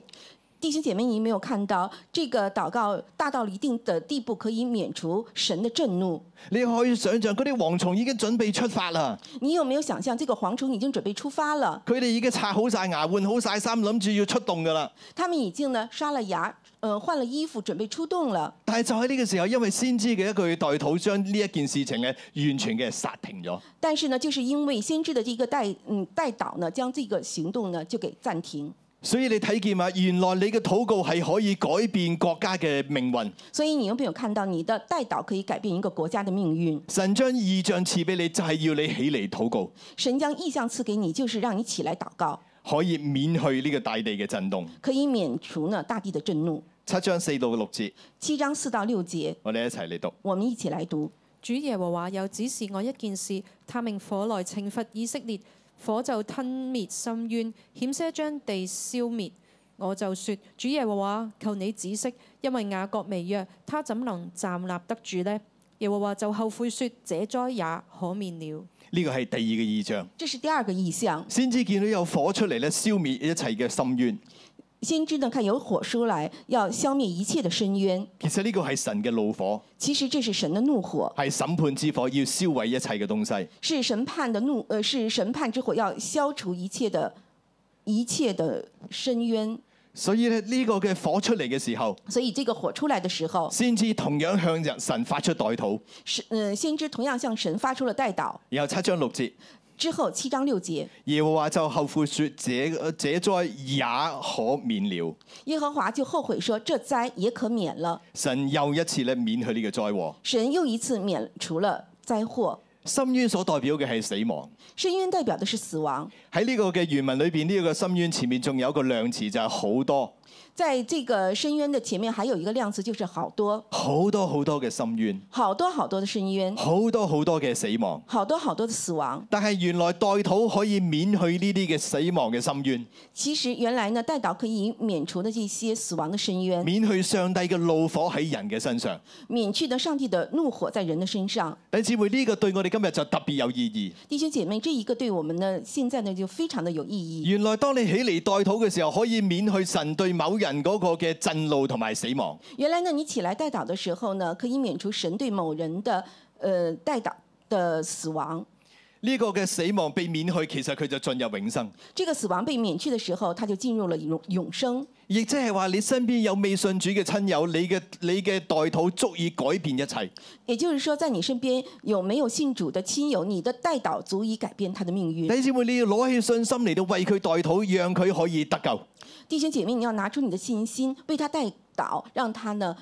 B: 弟兄姐妹，你有没有看到这个祷告大到了一定的地步，可以免除神的震怒？
A: 你可以想象嗰啲蝗蟲已經準備出發啦，
B: 你有没有想象，这个蝗虫已经准备出发了，
A: 佢哋已經刷好晒牙、換好晒衫，諗住要出動噶啦。
B: 他们已经呢刷了牙，呃，换了衣服，准备出动了。
A: 但係就喺呢個時候，因為先知嘅一句代禱，將呢一件事情咧完全嘅殺停咗。
B: 但是呢，就是因为先知的这个代嗯代祷呢，将这个行动呢就给暂停。
A: 所以你睇見嘛，原來你嘅禱告係可以改變國家嘅命運。
B: 所以你有没有看到，你的代祷可以改变一个国家的命运？
A: 神將異象賜俾你，就係、要你起嚟禱告，
B: 神将意象赐给你，就是让你起来祷告，
A: 可以免去呢個大地嘅震動。
B: 可以免除呢大地的震怒。
A: 七章四到六節，
B: 七章四到六节，
A: 我哋一齊嚟讀。
B: 我们一起来读。
C: 主耶和華又指示我一件事，他命火來懲罰以色列，火就吞滅深淵，險些將地消滅。我就說：主耶和華，求你止息，因為雅各微弱，他怎能站立得住呢？耶和華就後悔說：這災也可免了。
A: 呢個係第二個異象，
B: 这是第二个意象，
A: 先知見到有火出嚟咧，消滅一切嘅深淵。
B: 先知呢看有火出来，要消灭一切的深渊。
A: 其實呢個係神嘅怒火，
B: 其实这是神的怒火，
A: 係審判之火，要燒毀一切嘅東西。
B: 是审判的怒，呃，是审判之火，要消除一切的一切的深渊。
A: 所以咧，呢個嘅火出嚟嘅時候，
B: 所以这个火出来的時候，
A: 先知同樣向人神發出代禱。
B: 是嗯，先知同樣向神發出了代禱。
A: 然後七章六節，
B: 之後七章六節，
A: 耶和華就後悔說：這這災也可免了。
B: 耶和華就後悔說：這災也可免了。
A: 神又一次咧免去呢個災禍。
B: 神又一次免除了災禍。
A: 深淵所代表嘅係死亡。
B: 深淵代表的是死亡，
A: 喺呢個嘅原文裏邊，呢、個深淵前面仲有一個量詞就係好多。
B: 在这个深渊的前面还有一个量词，就是好多
A: 好多好多嘅深淵，
B: 好多好多的深渊，
A: 好多好多嘅死亡。
B: 好多好多的死亡。
A: 但係原來代禱可以免去呢啲嘅死亡嘅深淵，
B: 其实原来呢，代祷可以免除的这些死亡的深渊，
A: 免去上帝嘅怒火喺人嘅身上。
B: 免去的上帝的怒火在人的身上。
A: 弟兄姊妹，呢、個對我哋今日就特別有意義。
B: 弟兄姐妹，这一个对我们呢现在呢就非常的有意义。
A: 原來當你起嚟代禱嘅時候，可以免去神對某人嗰個嘅震怒同埋死亡。
B: 原来呢，你起来代祷的时候呢，可以免除神对某人的呃代祷的死亡。
A: 呢、個嘅死亡被免去，其實佢就進入永生，
B: 这个死亡被免去的时候，他就进入了永永生。
A: 亦即係話你身邊有未信主嘅親友，你嘅你嘅代禱足以改變一切。
B: 也就是说，在你身边有没有信主的亲友，你的代祷足以改变他的命
A: 弟
B: 运。
A: 兄姊妹，你要攞起信心嚟到為佢代禱，讓佢可以得救，
B: 弟兄姐妹，你要拿出你的信心，为他代祷，让他呢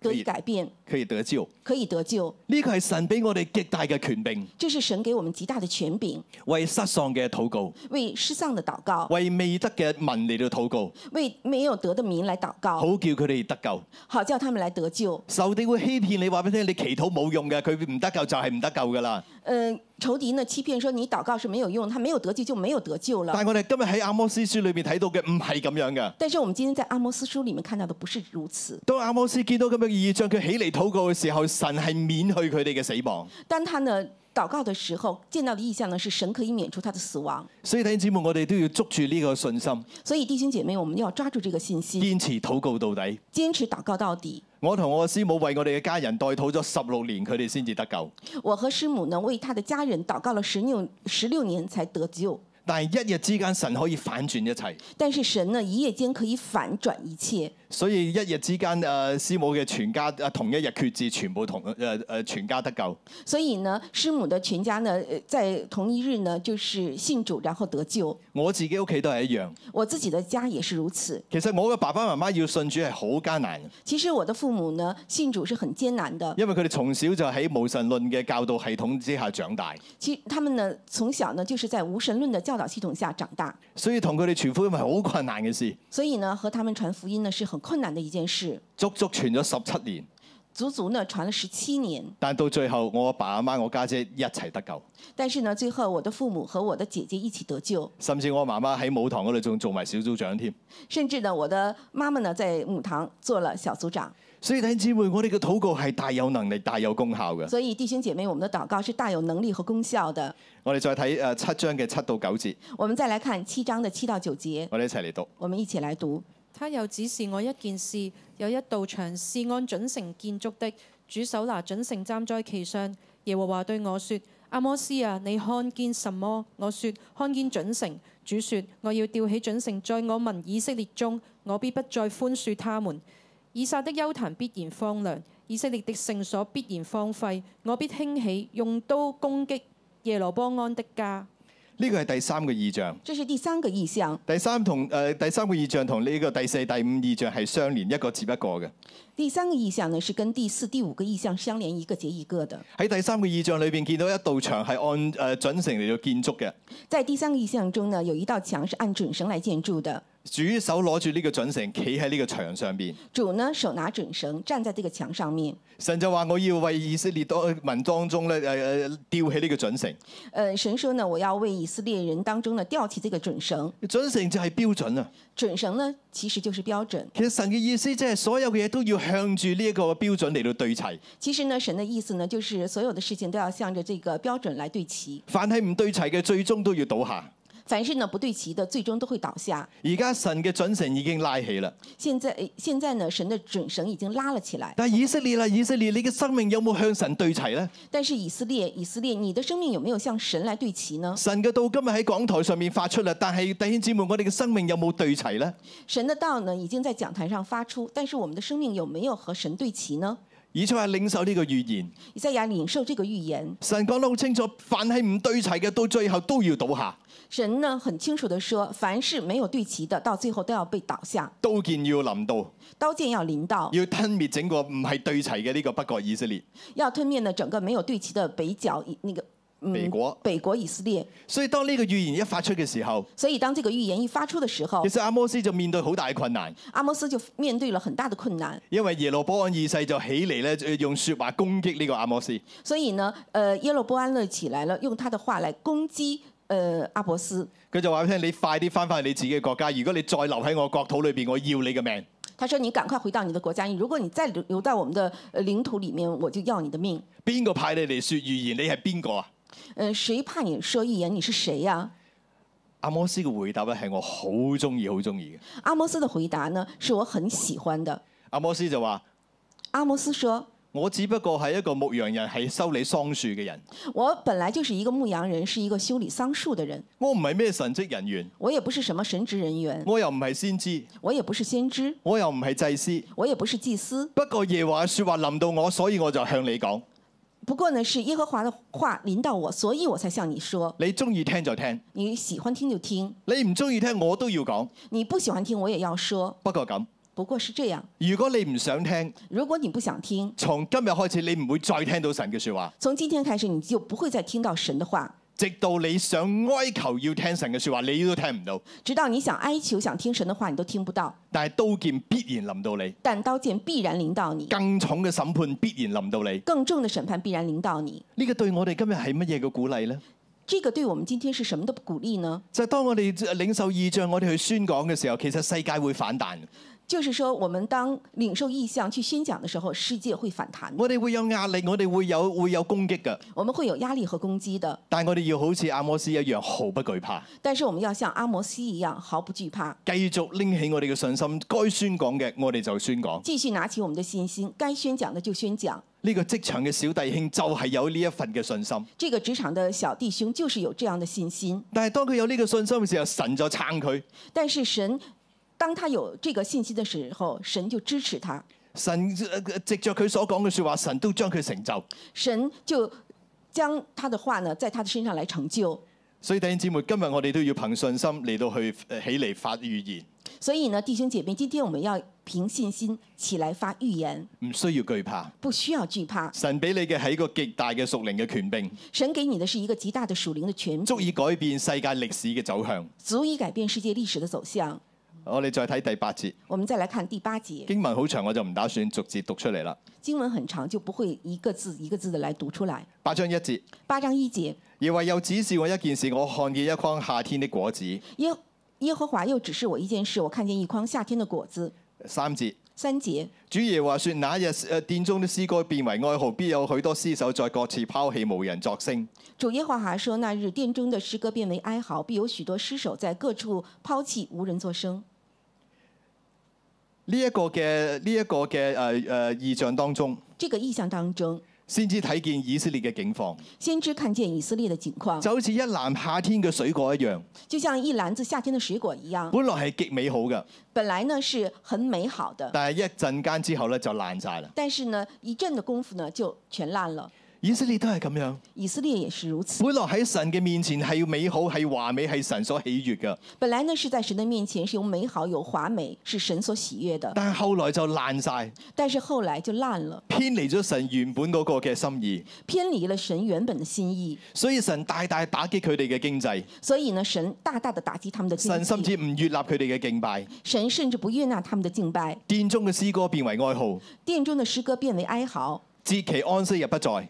B: 得
A: 可
B: 以
A: 以
B: 改变，
A: 佢哋得救。
B: 可以得救。
A: 呢個係神俾我哋極大嘅權柄，
B: 这是神给我们极大的权柄，
A: 為失喪嘅禱告，
B: 为失丧的祷告，
A: 為未得嘅民嚟到禱告，
B: 为没有得的民来祷告，
A: 好叫佢哋得救。
B: 好叫他们来得救。
A: 仇敵會欺騙你，話俾你聽，你祈禱冇用嘅，佢唔得救就係唔得救噶啦。
B: 嗯，仇敌呢欺骗说你祷告是没有用，他没有得救就没有得救了。
A: 但係我哋今日喺阿摩斯書裏面睇到嘅唔係咁樣嘅。
B: 但是我们今天在阿摩斯书里面看到的不是如此。
A: 當阿摩斯見到咁樣嘅異象，佢起嚟禱告嘅時候，神係免去佢哋嘅死亡。
B: 当他呢祷告的时候，见到的意象呢是神可以免除他的死亡。
A: 所以弟兄姊妹，我哋都要捉住呢個信心，
B: 所以弟兄姐妹，我们要抓住这个信息，
A: 堅持禱告到底。
B: 坚持祷告到底。
A: 我同我嘅師母為我哋嘅家人代禱咗十六年，佢哋先至得救。
B: 我和师母呢为他的家人祷告了十六十六年才得救，
A: 但係一日之間，神可以反轉一切。
B: 但是神呢一夜间可以反转一切，
A: 所以一日之間，誒、師母嘅全家誒、同一日決志，全部同誒誒、全家得救。
B: 所以呢师母的全家呢呃在同一日呢就是信主然后得救，
A: 我自己屋企都係一樣。
B: 我自己的家也是如此。
A: 其實我嘅爸爸媽媽要信主係好艱難嘅，
B: 其实我的父母呢信主是很艰难的，
A: 因為佢哋從小就喺無神論嘅教導系統之下長大，
B: 其他们呢从小呢就是在无神论的教导系统下长大，
A: 所以同佢哋傳福音係好困難嘅事，
B: 所以呢和他们传福音呢是很困难的一件事，
A: 足足傳咗十七年。
B: 足足呢传了十七年。
A: 但到最後，我阿爸阿媽、我家姐一齊得救，
B: 但是呢，最后我的父母和我的姐姐一起得救，
A: 甚至我媽媽喺舞堂嗰度仲做埋小組長添。
B: 甚至呢，我的妈妈呢在母堂做了小组长。
A: 所以弟兄姊妹，我哋嘅禱告係大有能力、大有功效嘅。
B: 所以弟兄姐妹，我们的祷告是大有能力和功效的。
A: 我哋再睇誒七章嘅七到九節，
B: 我们再来看七章的七到九节，
A: 我哋一齊嚟讀。
B: 我们一起来读。
C: 他又指示我一件事，有一道牆是按準繩建築的，主手拿準繩站在其上。耶和華對我說：阿摩斯啊，你看見什麼？我說：看見準繩。主說：我要吊起準繩，在我民以色列中，我必不再寬恕他們。以撒的丘壇必然荒涼，以色列的聖所必然荒廢，我必興起，用刀攻擊耶羅波安的家。
A: 呢個係第三個異象。
B: 这是第三个意象，
A: 第三同誒、呃第三個異象同呢個第四、第五異象係相連，一個接一個嘅。
B: 第三个意象呢是跟第四、第五个意象相连，一个接一个的。
A: 喺第三個異象裏邊見到一道牆係按誒、呃、準繩嚟到建築嘅，
B: 在第三个意象中呢，有一道墙是按准绳来建筑的，
A: 主手攞住呢個準繩，企喺呢個牆上邊。
B: 主呢手拿准绳站在这个墙上面。
A: 神就話：我要為以色列當民當中咧誒誒吊起呢個準繩。
B: 呃，神说呢，我要为以色列人当中呢吊起这个准绳。
A: 準繩就係標準啊！
B: 准绳呢其实就是标准。
A: 其實神嘅意思即係所有嘅嘢都要向住呢一個標準嚟到對齊，
B: 其实呢，神的意思呢就是所有的事情都要向着这个标准来对齐，
A: 凡係唔對齊嘅最終都要倒下。
B: 凡是呢不对齐的，最终都会倒下。
A: 而家神嘅準繩已經拉起啦，
B: 现在呃现在呢，神的准绳已经拉了起来，
A: 但係以色列啦，以色列你嘅生命有冇向神對齊呢？
B: 但是以色列，以色列，你的生命有没有向神来对齐呢？
A: 神嘅道今日喺講台上面發出啦，但係弟兄姊妹，我哋嘅生命有冇對齊呢？
B: 神的道呢已经在讲台上发出，但是我们的生命有没有和神对齐呢？
A: 以賽亞領受呢個預言，
B: 以赛亚领受这个预言，
A: 神講得好清楚，凡係唔對齊嘅，到最後都要倒下，
B: 神呢很清楚的说，凡是没有对齐的，到最后都要被倒下，
A: 刀劍要臨到，
B: 刀剑要临到，
A: 要吞滅整個唔係對齊嘅呢個北國以色列。
B: 要吞灭呢整个没有对齐的北角以那个嗯
A: 肥果。
B: 北国以色列。
A: 所以當呢個預言一發出嘅時候，
B: 所以当这个预言一发出的时候
A: 其，實阿摩斯就面對好大嘅困難，
B: 阿摩斯就面对了很大的困难。
A: 因為耶羅波安二世就起嚟咧，用説話攻擊呢個阿摩斯。
B: 所以呢，呃，耶罗波安勒起来了，用他的话来攻击呃阿伯斯。
A: 佢就話俾佢聽：你快啲翻返去你自己嘅國家，如果你再留喺我國土裏邊，我要你嘅命。
B: 他说：“你赶快回到你的国家，如果你再留留到我们的呃领土里面，我就要你的命。
A: 邊個派你嚟説預言？你係邊個啊？
B: 呃，谁怕你说预言？你是谁啊呀、
A: 阿摩斯嘅回答咧啊係我好中意、好中意嘅。
B: 阿摩斯的回答呢，是我很喜欢的。
A: 阿摩斯就話：
B: 阿摩斯说
A: 我只不過係一個牧羊人，係修理桑樹嘅人，：“
B: 我本来就是一个牧羊人，是一个修理桑树的人，
A: 我唔係咩神職人員，
B: 我也不是什么神职人员，
A: 我又唔係先知，
B: 我也不是先知，
A: 我又唔係祭司。
B: 我也不是祭司。
A: 不過耶和華嘅説話臨到我，所以我就向你講，
B: 不过呢，是耶和华的话临到我，所以我才向你说。
A: 你中意聽就聽，
B: 你喜欢听就听，
A: 你唔中意聽我都要講。
B: 你不喜欢听我也要说。
A: 不過咁，
B: 不过是这样，
A: 如果你唔想聽，
B: 如果你不想听，
A: 從今日開始你唔會再聽到神嘅説話，
B: 从今天开始你就不会再听到神的话，
A: 直到你想哀求要聽神嘅説話，你都聽唔到。
B: 直到你想哀求、想听神的话，你都听不到。
A: 但係刀劍必然臨到你，
B: 但刀剑必然临到你，
A: 更重嘅審判必然臨到你。
B: 更重的审判必然临到你。
A: 呢、個對我哋今日係乜嘢嘅鼓勵呢？
B: 这个对我们今天是什么的鼓励呢？
A: 就係當我哋領受異象，我哋去宣講嘅時候，其實世界會反彈，
B: 就是说，我们当领受意象去宣讲的时候，世界会反弹，
A: 我哋會有壓力，我哋會有會有攻擊嘅。
B: 我们会有压力和攻击的。
A: 但係我哋要好似阿摩斯一樣，毫不懼怕，
B: 但是我们要像阿摩斯一样，毫不惧怕，
A: 繼續拎起我哋嘅信心，該宣講嘅我哋就宣講。
B: 继续拿起我们的信心，该宣讲的就宣讲。
A: 呢、個職場嘅小弟兄就係有呢一份嘅信心。
B: 这个职场的小弟兄就是有这样的信心，
A: 但係當佢有呢個信心嘅時候，神就撐佢。
B: 但是神，当他有这个信心的时候，神就支持他，
A: 神呃藉着佢所講嘅説話，神都將佢成就。
B: 神就将他的话呢，在他的身上来成就。
A: 所以弟兄姊妹，今日我哋都要憑信心嚟到去呃起嚟發預言，
B: 所以呢，弟兄姐妹，今天我们要凭信心起来发预言，
A: 唔需要懼怕。
B: 不需要惧怕。
A: 神俾你嘅係一個極大嘅屬靈嘅權柄，
B: 神给你的是一个极大的属灵的权柄，
A: 足以改變世界歷史嘅走向。
B: 足以改变世界历史的走向。
A: 我哋再睇第八節
B: 我们再来看第八节，
A: 經文好長，我就唔打算逐節讀出嚟啦。
B: 经文很长，就不会一个字一个字的来读出来。
A: 八章一節，
B: 八章一节，
A: 耶和華又指示我一件事，我看見一筐夏天的果子。
B: 耶耶和华又指示我一件事，我看见一筐夏天的果子。
A: 三節，
B: 三节，
A: 主耶和華說：那日呃殿中的詩歌變為哀號，必有許多屍首在各次拋棄，無人作聲。
B: 主耶和华说：“那日殿中的诗歌变为哀嚎，必有许多尸首在各处抛弃，无人作声。
A: 呢一個嘅呢一個嘅誒誒異象當中，”
B: 这个意象当中，
A: 先至睇見以色列嘅境況，
B: 先知看见以色列的景况，
A: 就好似一籃夏天嘅水果一樣，
B: 就像一篮子夏天的水果一样，
A: 本來係極美好嘅，
B: 本来呢是很美好的，
A: 但係一陣間之後咧就爛晒啦。
B: 但是呢一阵的功夫呢就全烂了。
A: 以色列都係咁樣，
B: 以色列也是如此，
A: 本來喺神嘅面前係美好，係華美，係神所喜悅嘅，
B: 本来呢是在神的面前是有美好有华美，是神所喜悦的，
A: 但係後來就爛晒，
B: 但是后来就烂了，
A: 偏離咗神原本嗰個嘅心意，
B: 偏离了神原本的心意，
A: 所以神大大打擊佢哋嘅經濟，
B: 所以呢神大大的打击他们的敬
A: 神甚
B: 拜，
A: 至唔悦納佢哋嘅敬拜，
B: 神甚至不悦纳他们的敬拜。
A: 殿中嘅詩歌變為哀號，
B: 殿中的诗歌变为哀嚎，
A: 節期安息日不在，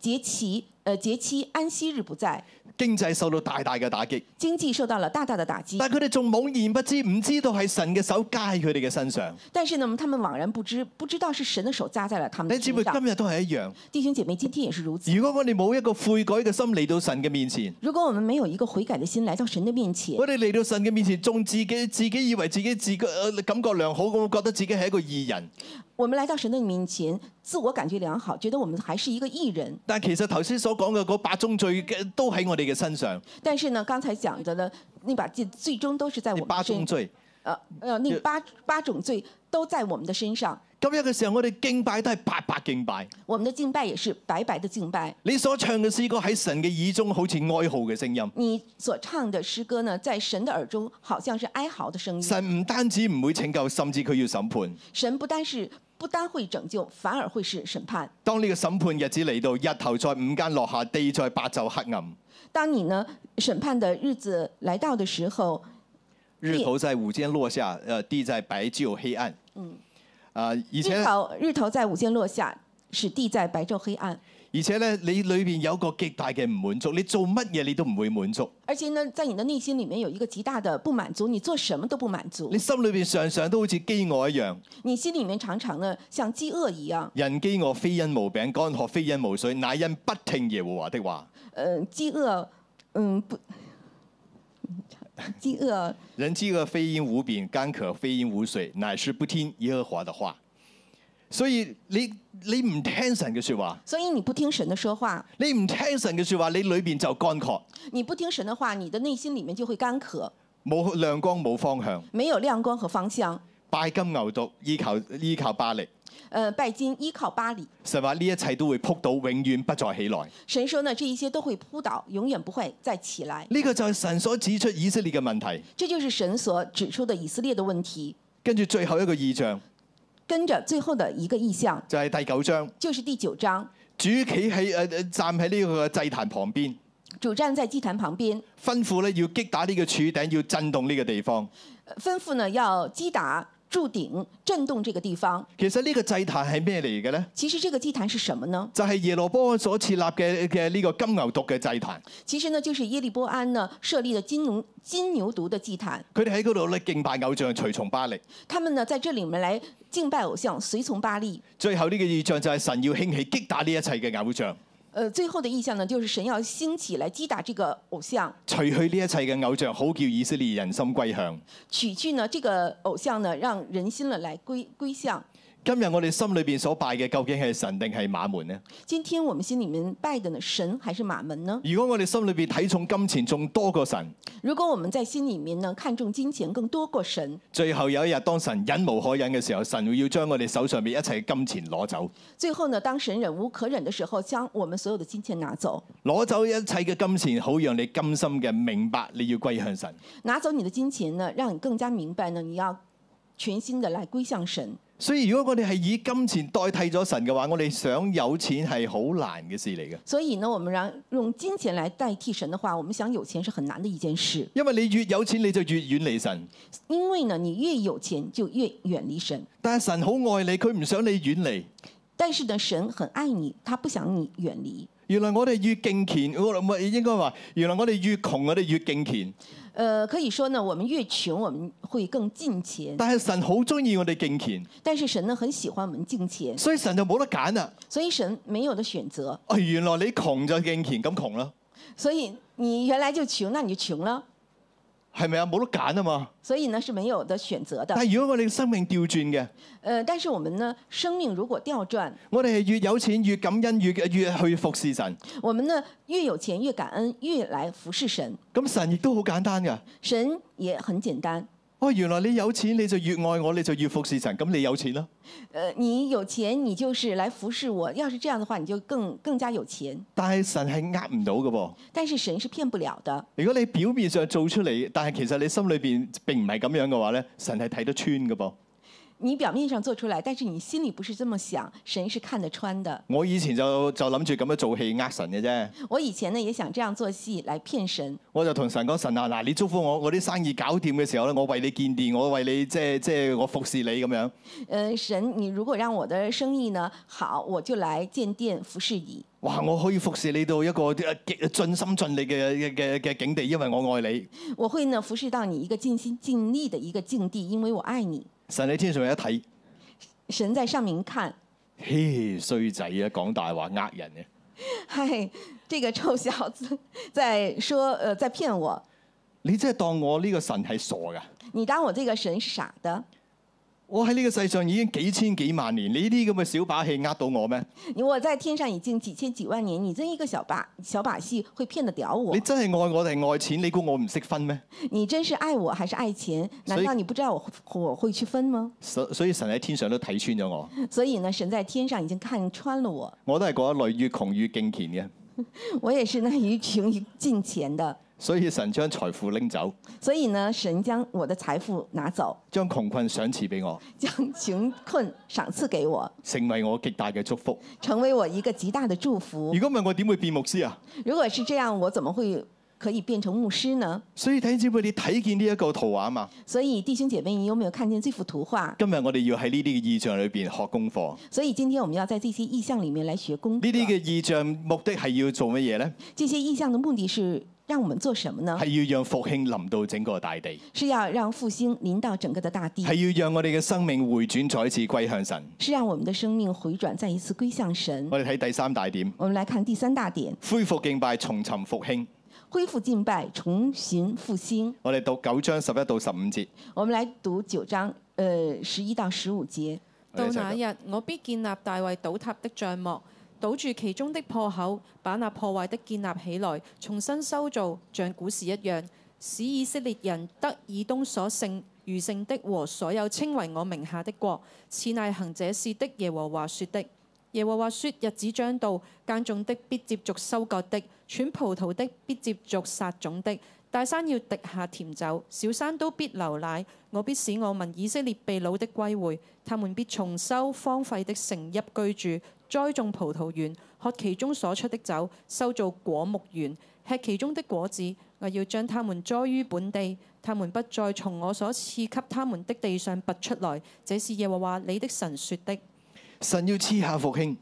B: 节期呃节期安息日不在，
A: 經濟受到大大嘅打擊。
B: 经济受到了大大的打击。
A: 但佢哋仲懵然不知，唔知道係神嘅手加喺佢哋嘅身上。
B: 但是呢，他们惘然不知，不知道是神的手加在了他们
A: 你
B: 的
A: 姊
B: 身
A: 妹今
B: 上。
A: 日都係一樣。
B: 弟兄姐妹，今天也是如此。
A: 如果我哋冇一個悔改嘅心嚟到神嘅面前，
B: 如果我们没有一个悔改的心来到神的面前，
A: 我哋嚟到神嘅面前，仲自己自己以為自己自覺、呃感覺良好，咁覺得自己係一個義人。
B: 我们来到神的面前，自我感觉良好，觉得我们还是一个艺人。
A: 但其實頭先所講嘅嗰八宗罪嘅都喺我哋嘅身上，
B: 但是呢，刚才讲的呢，那把剑最终都是 Oh，在我
A: 呢
B: 们
A: 八
B: 的
A: 宗
B: 身，
A: 罪。
B: 呃呃，那八八种罪都在我们的身上。
A: 今日嘅時候，我哋敬拜都係白白敬拜。
B: 我们的敬拜也是白白的敬拜。
A: 你所唱嘅詩歌喺神嘅耳中好似哀號嘅聲音。
B: 你所唱的诗歌呢，在神的耳中好像是哀嚎的声音。
A: 神唔單止唔會拯救，甚至佢要審判。
B: 神不单是不单会拯救，反而会是审判。
A: 當呢個審判日子嚟到，日頭在午間落下，地在白晝黑暗。
B: 当你呢审判的日子来到的时候，
A: 日頭在午間落下，呃，地在白晝黑暗。嗯。啊、而且
B: 日
A: 呢
B: 头日头在午间落下，使地在白昼黑暗。
A: 而且咧，你裏邊有個極大嘅唔滿足，你做乜嘢你都唔會滿足，
B: 而且呢，在你的内心里面有一个极大的不满足，你做什么都不满足
A: 你，心裏邊常常都好似飢餓一樣，
B: 你心里面常常呢像饥饿一样，
A: 人飢餓非因無餅，乾渴非因無水，乃因不聽耶和華的話。
B: 呃，饥饿，嗯不，饥饿，
A: 人饥饿非因无饼，干渴非因无水，乃是不听耶和华的话。所以你你唔聽神嘅説話，
B: 所以你不听神的说话，
A: 你唔聽神嘅説話，你裏邊就乾渴，
B: 你不听神的话，你的内心里面就会干渴，
A: 冇亮光冇方向，
B: 没有亮光和方向。
A: 拜金牛犢，依靠依靠巴力。
B: 呃，拜金依靠巴黎，
A: 神話呢一切都會撲倒，永遠不再起來。呢、
B: 神说呢，这一些都会扑倒，永远不会再起来。
A: 個就係神所指出以色列嘅問題。
B: 这就是神所指出的以色列的问题。
A: 跟住最後一個意象
B: 跟着最后的一个意象
A: 就係、第九章，
B: 就是第九章，
A: 主企喺誒誒站喺呢個祭壇旁邊，
B: 主站在祭坛旁边，
A: 吩咐咧要擊打呢個柱頂，要震動呢個地方。
B: 呃吩咐呢要击打柱顶，震动这个地方。
A: 其實呢個祭壇係咩嚟嘅呢？
B: 其实这个祭坛是什么呢？
A: 就係耶羅波安所設立嘅嘅呢個金牛犢嘅祭壇，
B: 其实呢就是耶利波安呢设立的金牛金牛犊的祭坛，
A: 佢哋喺嗰度咧敬拜偶像，隨從巴力。
B: 他们呢在这里面来敬拜偶像，随从巴利。
A: 最後呢個意象就係神要興起擊打呢一切嘅偶像，
B: 呃，最后的意象呢就是神要兴起来击打这个偶像，
A: 除去呢一切嘅偶像，好叫以色列人心歸向。
B: 取去呢这个偶像呢让人心了来归归向。
A: 今日我哋心裏邊所拜嘅究竟係神定係馬門呢？
B: 今天我们心里面拜的呢神还是马门呢？
A: 如果我哋心裏邊睇重金錢仲多過神，
B: 如果我们在心里面呢看重金钱更多过神，
A: 最後有一日當神忍無可忍嘅時候，神會要將我哋手上面一切金錢攞走，
B: 最后呢当神忍无可忍的时候，将我们所有的金钱拿走，
A: 攞走一切嘅金錢，好讓你甘心嘅明白你要歸向神。
B: 拿走你的金钱呢，让你更加明白呢你要全心的来归向神。
A: 所以如果我哋係以金錢代替咗神嘅話，我哋想有錢係好難嘅事嚟嘅，
B: 所以呢，我们让用金钱来代替神的话，我们想有钱是很难的一件事，
A: 因為你越有錢你就越遠離神。
B: 因为呢你越有钱就越远离神。
A: 但係神好愛你，佢唔想你遠離。
B: 但是呢，神很爱你，他不想你远离。
A: 原來我哋越敬虔，我唔係應該話，原來我哋越窮，我哋越敬虔。
B: 呃，可以说呢，我们越穷，我们会更敬虔。
A: 但係神好中意我哋敬虔，
B: 但是神呢，很喜欢我们敬虔，
A: 所以神就冇得揀啦。
B: 所以神没有的选擇。
A: 哦，原來你窮就敬虔，咁窮啦，
B: 所以你原来就穷，那你就穷了。
A: 係咪啊？冇得揀啊嘛。
B: 所以呢是没有的选擇的
A: 但。係如果我哋生命調轉嘅，
B: 呃，但是我们呢，生命如果调轉，
A: 我哋係越有錢越感恩，越越去服侍神。
B: 我们呢越有钱越感恩，越来服侍神。
A: 咁神亦都好簡單㗎。
B: 神也很简單，
A: 哦，原來你有錢你就越愛我，你就越服侍神。咁你有錢啦，
B: 呃，你有钱你就是来服侍我，要是这样的话，你就更更加有钱。
A: 但係神係呃唔到嘅噃。
B: 但是神是骗不了的。
A: 如果你表面上做出嚟，但係其實你心裏邊並唔係咁樣嘅話咧，神係睇得穿嘅噃。
B: 你表面上做出来，但是你心里不是这么想，神是看得穿的。
A: 我以前就就諗住咁樣做戲呃神嘅啫，
B: 我以前呢也想这样做戏来骗神，
A: 我就同神講：神啊，嗱，你祝福我，我啲生意搞掂嘅時候咧，我為你建殿，我為你即係即係我服侍你咁樣。
B: 呃，神，你如果让我的生意呢好，我就来建店服侍你。
A: 哇！我可以服侍你到一個呃極盡心盡力嘅嘅嘅嘅境地，因為我愛你。
B: 我会呢服侍到你一个尽心尽力的一个境地，因为我爱你。
A: 神喺天上一睇，
B: 神在上面看，
A: 嘿衰仔啊，講大話呃人嘅。
B: 嗨，这个臭小子在说呃在骗我，
A: 你真係當我呢個神係傻噶？
B: 你当我这个神是傻的？
A: 我喺呢個世上已經幾千幾萬年，你呢啲咁嘅小把戲呃到我咩？
B: 你我在天上已经几千几万年，你这一个小把小把戏会骗得了我
A: 你？真係愛我定係愛錢？你估我唔識分咩？
B: 你真是爱我还是爱钱？
A: 所以
B: 难道你不知道我我会去分吗？
A: 所所以神喺天上都睇穿咗我，
B: 所以呢，神在天上已经看穿了我，
A: 我都係嗰一類越窮越敬虔嘅。
B: 我也是那于穷于近前的。
A: 所以神將財富拎走，
B: 所以呢，神将我的财富拿走，
A: 將窮困賞賜俾我，
B: 将穷困赏赐给我，
A: 成為我極大嘅祝福。
B: 成为我一个极大的祝福
A: 如。果唔係，我點會變牧師啊？
B: 如果是这样，我怎么会可以变成牧师呢？
A: 所以弟兄姊妹，你睇見呢一個圖畫嘛？
B: 所以弟兄姐妹，你有没有看见这幅图画？
A: 今日我哋要喺呢啲嘅意象裏邊學功課。
B: 所以今天我们要在这些意象里面来学功课。
A: 呢啲嘅意象目的係要做乜嘢呢？
B: 这些意象的目的是让我们做什么呢？
A: 係要讓復興臨到整個大地，
B: 是要让复兴临到整个的大地，
A: 係要讓我哋嘅生命回轉再次歸向神。
B: 是让我们的生命回转，再一次归向神。
A: 我哋睇第三大點，
B: 我们来看第三大点：
A: 恢復敬拜，重尋復興。
B: 恢复敬拜，重寻复兴。
A: 我哋讀九章十一到十五節。
B: 我们来读九章，呃，十一到十五节。
A: 我哋
C: 到
A: 一齊
C: 那
A: 讀
C: 日，我必建立大衛倒塌的帳幕，堵住其中的破口，把那破壞的建立起來，重新修造，像古時一樣，使以色列人得以東所勝餘剩的和所有稱為我名下的國。此乃行者事的耶和華說的。耶和華說：日子將到，耕種的必接續收割的，踹葡萄的必接續撒種的。大山要滴下甜酒，小山都必流奶。我必使我民以色列被掳的歸回，他們必重修荒廢的城邑居住，栽種葡萄園，喝其中所出的酒，修造果木園，吃其中的果子。我要將他們栽於本地，他們不再從我所賜給他們的地上拔出來。這是耶和華你的神說的。
A: 神要賜下復興。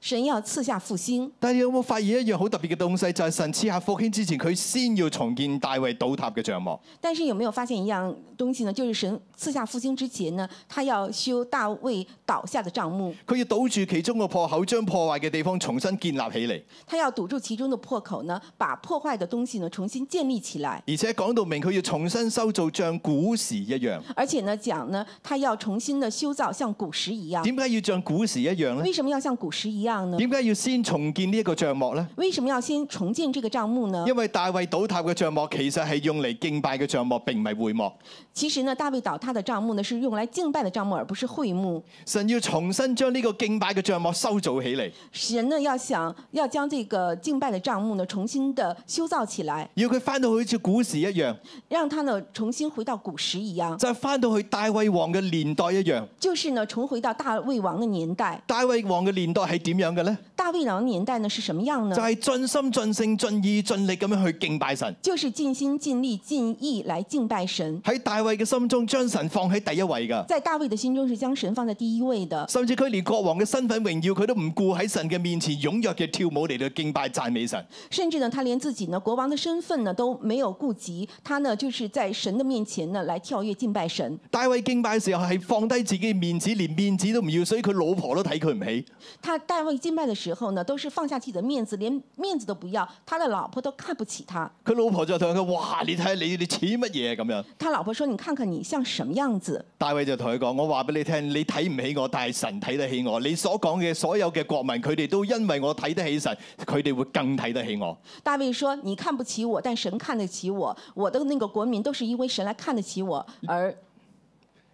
B: 神要赐下复兴，
A: 但係你有冇發現一樣好特別嘅東西，就係、神賜下復興之前，佢先要重建大衛倒塌嘅帳幕。
B: 但是有没有发现一样东西呢？就是神赐下复兴之前呢，他要修大卫倒下的帐幕，
A: 佢要堵住其中個破口，將破壞嘅地方重新建立起嚟。
B: 他要堵住其中的破口呢，把破坏的东西呢重新建立起来。
A: 而且講到明，佢要重新修造，像古時一樣。
B: 而且呢，讲呢，他要重新的修造，像古时一样。
A: 點解要像古時一樣呢
B: 为？什么要像古时一样呢？
A: 點解要先重建呢一個帳幕呢？
B: 为什么要先重建这个帐幕呢？
A: 因為大衛倒塌嘅帳幕其實係用嚟敬拜嘅帳幕，並唔係會幕。
B: 其實呢，大卫倒塌的帐幕呢是用来敬拜的帐幕，而不是会幕。
A: 神要重新將呢個敬拜嘅帳幕修造起嚟，
B: 神呢要想要將这个敬拜的帐幕呢重新的修造起来，
A: 要佢翻到好似古時一樣，
B: 让它呢重新回到古时一样，
A: 就係翻到去大衛王嘅年代一樣。
B: 就是呢重回到大卫王的年代。
A: 大衛王嘅年代係點樣嘅呢？
B: 大卫王的年代呢是什么样呢
A: 就？係盡心盡性盡意盡力咁樣去敬拜神。
B: 就是尽心尽力尽意来敬拜神，
A: 喺大衛嘅心中，將神放喺第一位㗎。
B: 在大卫的心中是將神放在第一位的，
A: 甚至佢連國王嘅身份榮耀佢都唔顧，喺神嘅面前踴躍嘅跳舞嚟到敬拜讚美神。
B: 甚至呢他连自己呢国王的身份呢都没有顾及，他呢就是在神的面前呢来跳跃敬拜神。
A: 大衛敬拜嘅時候係放低自己嘅面子，連面子都唔要，所以佢老婆都睇佢唔起。
B: 他大卫敬拜的时候呢，都是放下自己的面子，连面子都不要，他的老婆都看不起他。
A: 佢老婆就同佢講：哇！你睇下你你似乜嘢啊咁樣？
B: 他老婆说：“你看看你像什么样子
A: 大衛就同佢講：我話俾你聽，你睇唔起我，但係神睇得起我。你所講嘅所有嘅國民，佢哋都因為我睇得起神，佢哋會更睇得起我。？”
B: 大卫说：“你看不起我，但神看得起我。我的那个国民都是因为神来看得起我，而